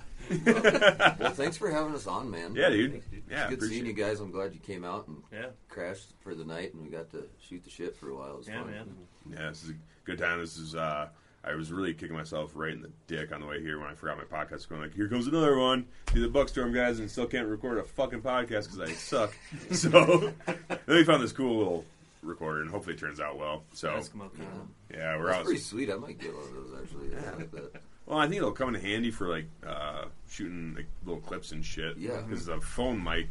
Speaker 4: well, thanks for having us on, man.
Speaker 2: Yeah, dude. Yeah,
Speaker 4: it's good
Speaker 2: appreciate
Speaker 4: seeing you
Speaker 2: it.
Speaker 4: guys. I'm glad you came out and
Speaker 5: Yeah.
Speaker 4: crashed for the night, and we got to shoot the shit for a while. It was
Speaker 5: Yeah,
Speaker 4: fun.
Speaker 5: man.
Speaker 2: yeah, this is a good time. This is. uh I was really kicking myself right in the dick on the way here when I forgot my podcast. Going like, here comes another one. Do the Buckstorm guys, and still can't record a fucking podcast because I suck. so then we found this cool little recorder, and hopefully it turns out well. So
Speaker 5: Eskimo Kid.
Speaker 2: Yeah, we're
Speaker 4: That's
Speaker 2: out.
Speaker 4: pretty sweet. I might get one of those actually. Yeah. I like that.
Speaker 2: Well, I think it'll come in handy for like uh, shooting like little clips and shit.
Speaker 4: Yeah.
Speaker 2: because the phone mic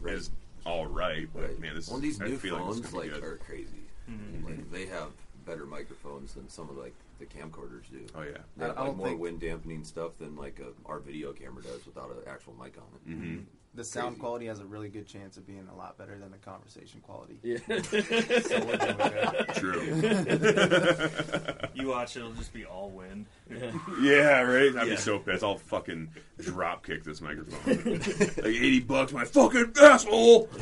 Speaker 4: Right.
Speaker 2: is all right, but
Speaker 4: Right.
Speaker 2: man, this
Speaker 4: well,
Speaker 2: is,
Speaker 4: these
Speaker 2: I
Speaker 4: new
Speaker 2: feel like, it's
Speaker 4: phones
Speaker 2: gonna be
Speaker 4: like,
Speaker 2: good.
Speaker 4: are crazy.
Speaker 5: Mm-hmm.
Speaker 4: Like they have better microphones than some of like the camcorders do.
Speaker 2: Oh yeah,
Speaker 4: They have
Speaker 8: I
Speaker 4: like
Speaker 8: don't
Speaker 4: more
Speaker 8: think-
Speaker 4: wind dampening stuff than like a, our video camera does without an actual mic on it. Mm-hmm.
Speaker 8: The sound quality has a really good chance of being a lot better than the conversation quality.
Speaker 9: Yeah.
Speaker 8: So we're doing good.
Speaker 2: true.
Speaker 5: You watch it, it'll just be all wind.
Speaker 2: yeah, right. I'd be
Speaker 4: Yeah.
Speaker 2: so pissed. I'll fucking drop kick this microphone. like eighty bucks, my fucking asshole.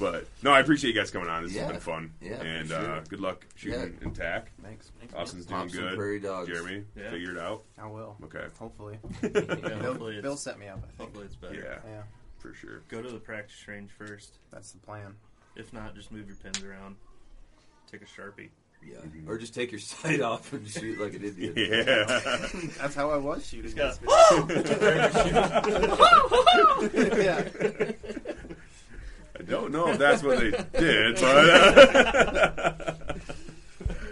Speaker 2: but no, I appreciate you guys coming on. This
Speaker 4: Yeah.
Speaker 2: has been fun.
Speaker 4: Yeah, for
Speaker 2: and
Speaker 4: sure.
Speaker 2: uh, good luck shooting
Speaker 4: Yeah.
Speaker 2: and tack.
Speaker 8: Thanks.
Speaker 2: Austin's doing
Speaker 4: Pop some
Speaker 2: good.
Speaker 4: prairie dogs.
Speaker 2: Jeremy,
Speaker 5: Yeah.
Speaker 2: figure it out.
Speaker 8: I will.
Speaker 2: Okay.
Speaker 8: Hopefully.
Speaker 5: Yeah,
Speaker 8: Bill,
Speaker 5: hopefully, it's,
Speaker 8: Bill set me up, I think.
Speaker 5: hopefully it's better.
Speaker 2: Yeah,
Speaker 8: Yeah,
Speaker 2: for sure.
Speaker 5: Go to the practice range first.
Speaker 8: that's the plan.
Speaker 5: If not, just move your pins around. Take a sharpie.
Speaker 4: Yeah,
Speaker 8: Mm-hmm.
Speaker 4: or just take your sight off and shoot like an idiot.
Speaker 2: Yeah.
Speaker 8: That's how I was shooting.
Speaker 5: got-
Speaker 8: this video. yeah.
Speaker 2: I don't know if that's what they did, but. Uh,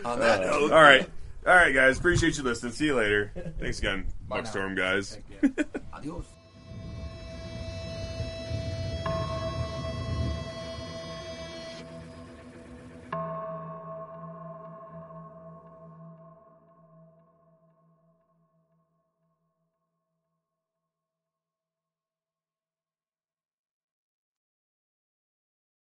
Speaker 4: On that note,
Speaker 2: all right. All right, guys. Appreciate you listening. See you later. Thanks again,
Speaker 4: Bye now.
Speaker 2: Buckstorm guys.
Speaker 4: Adios.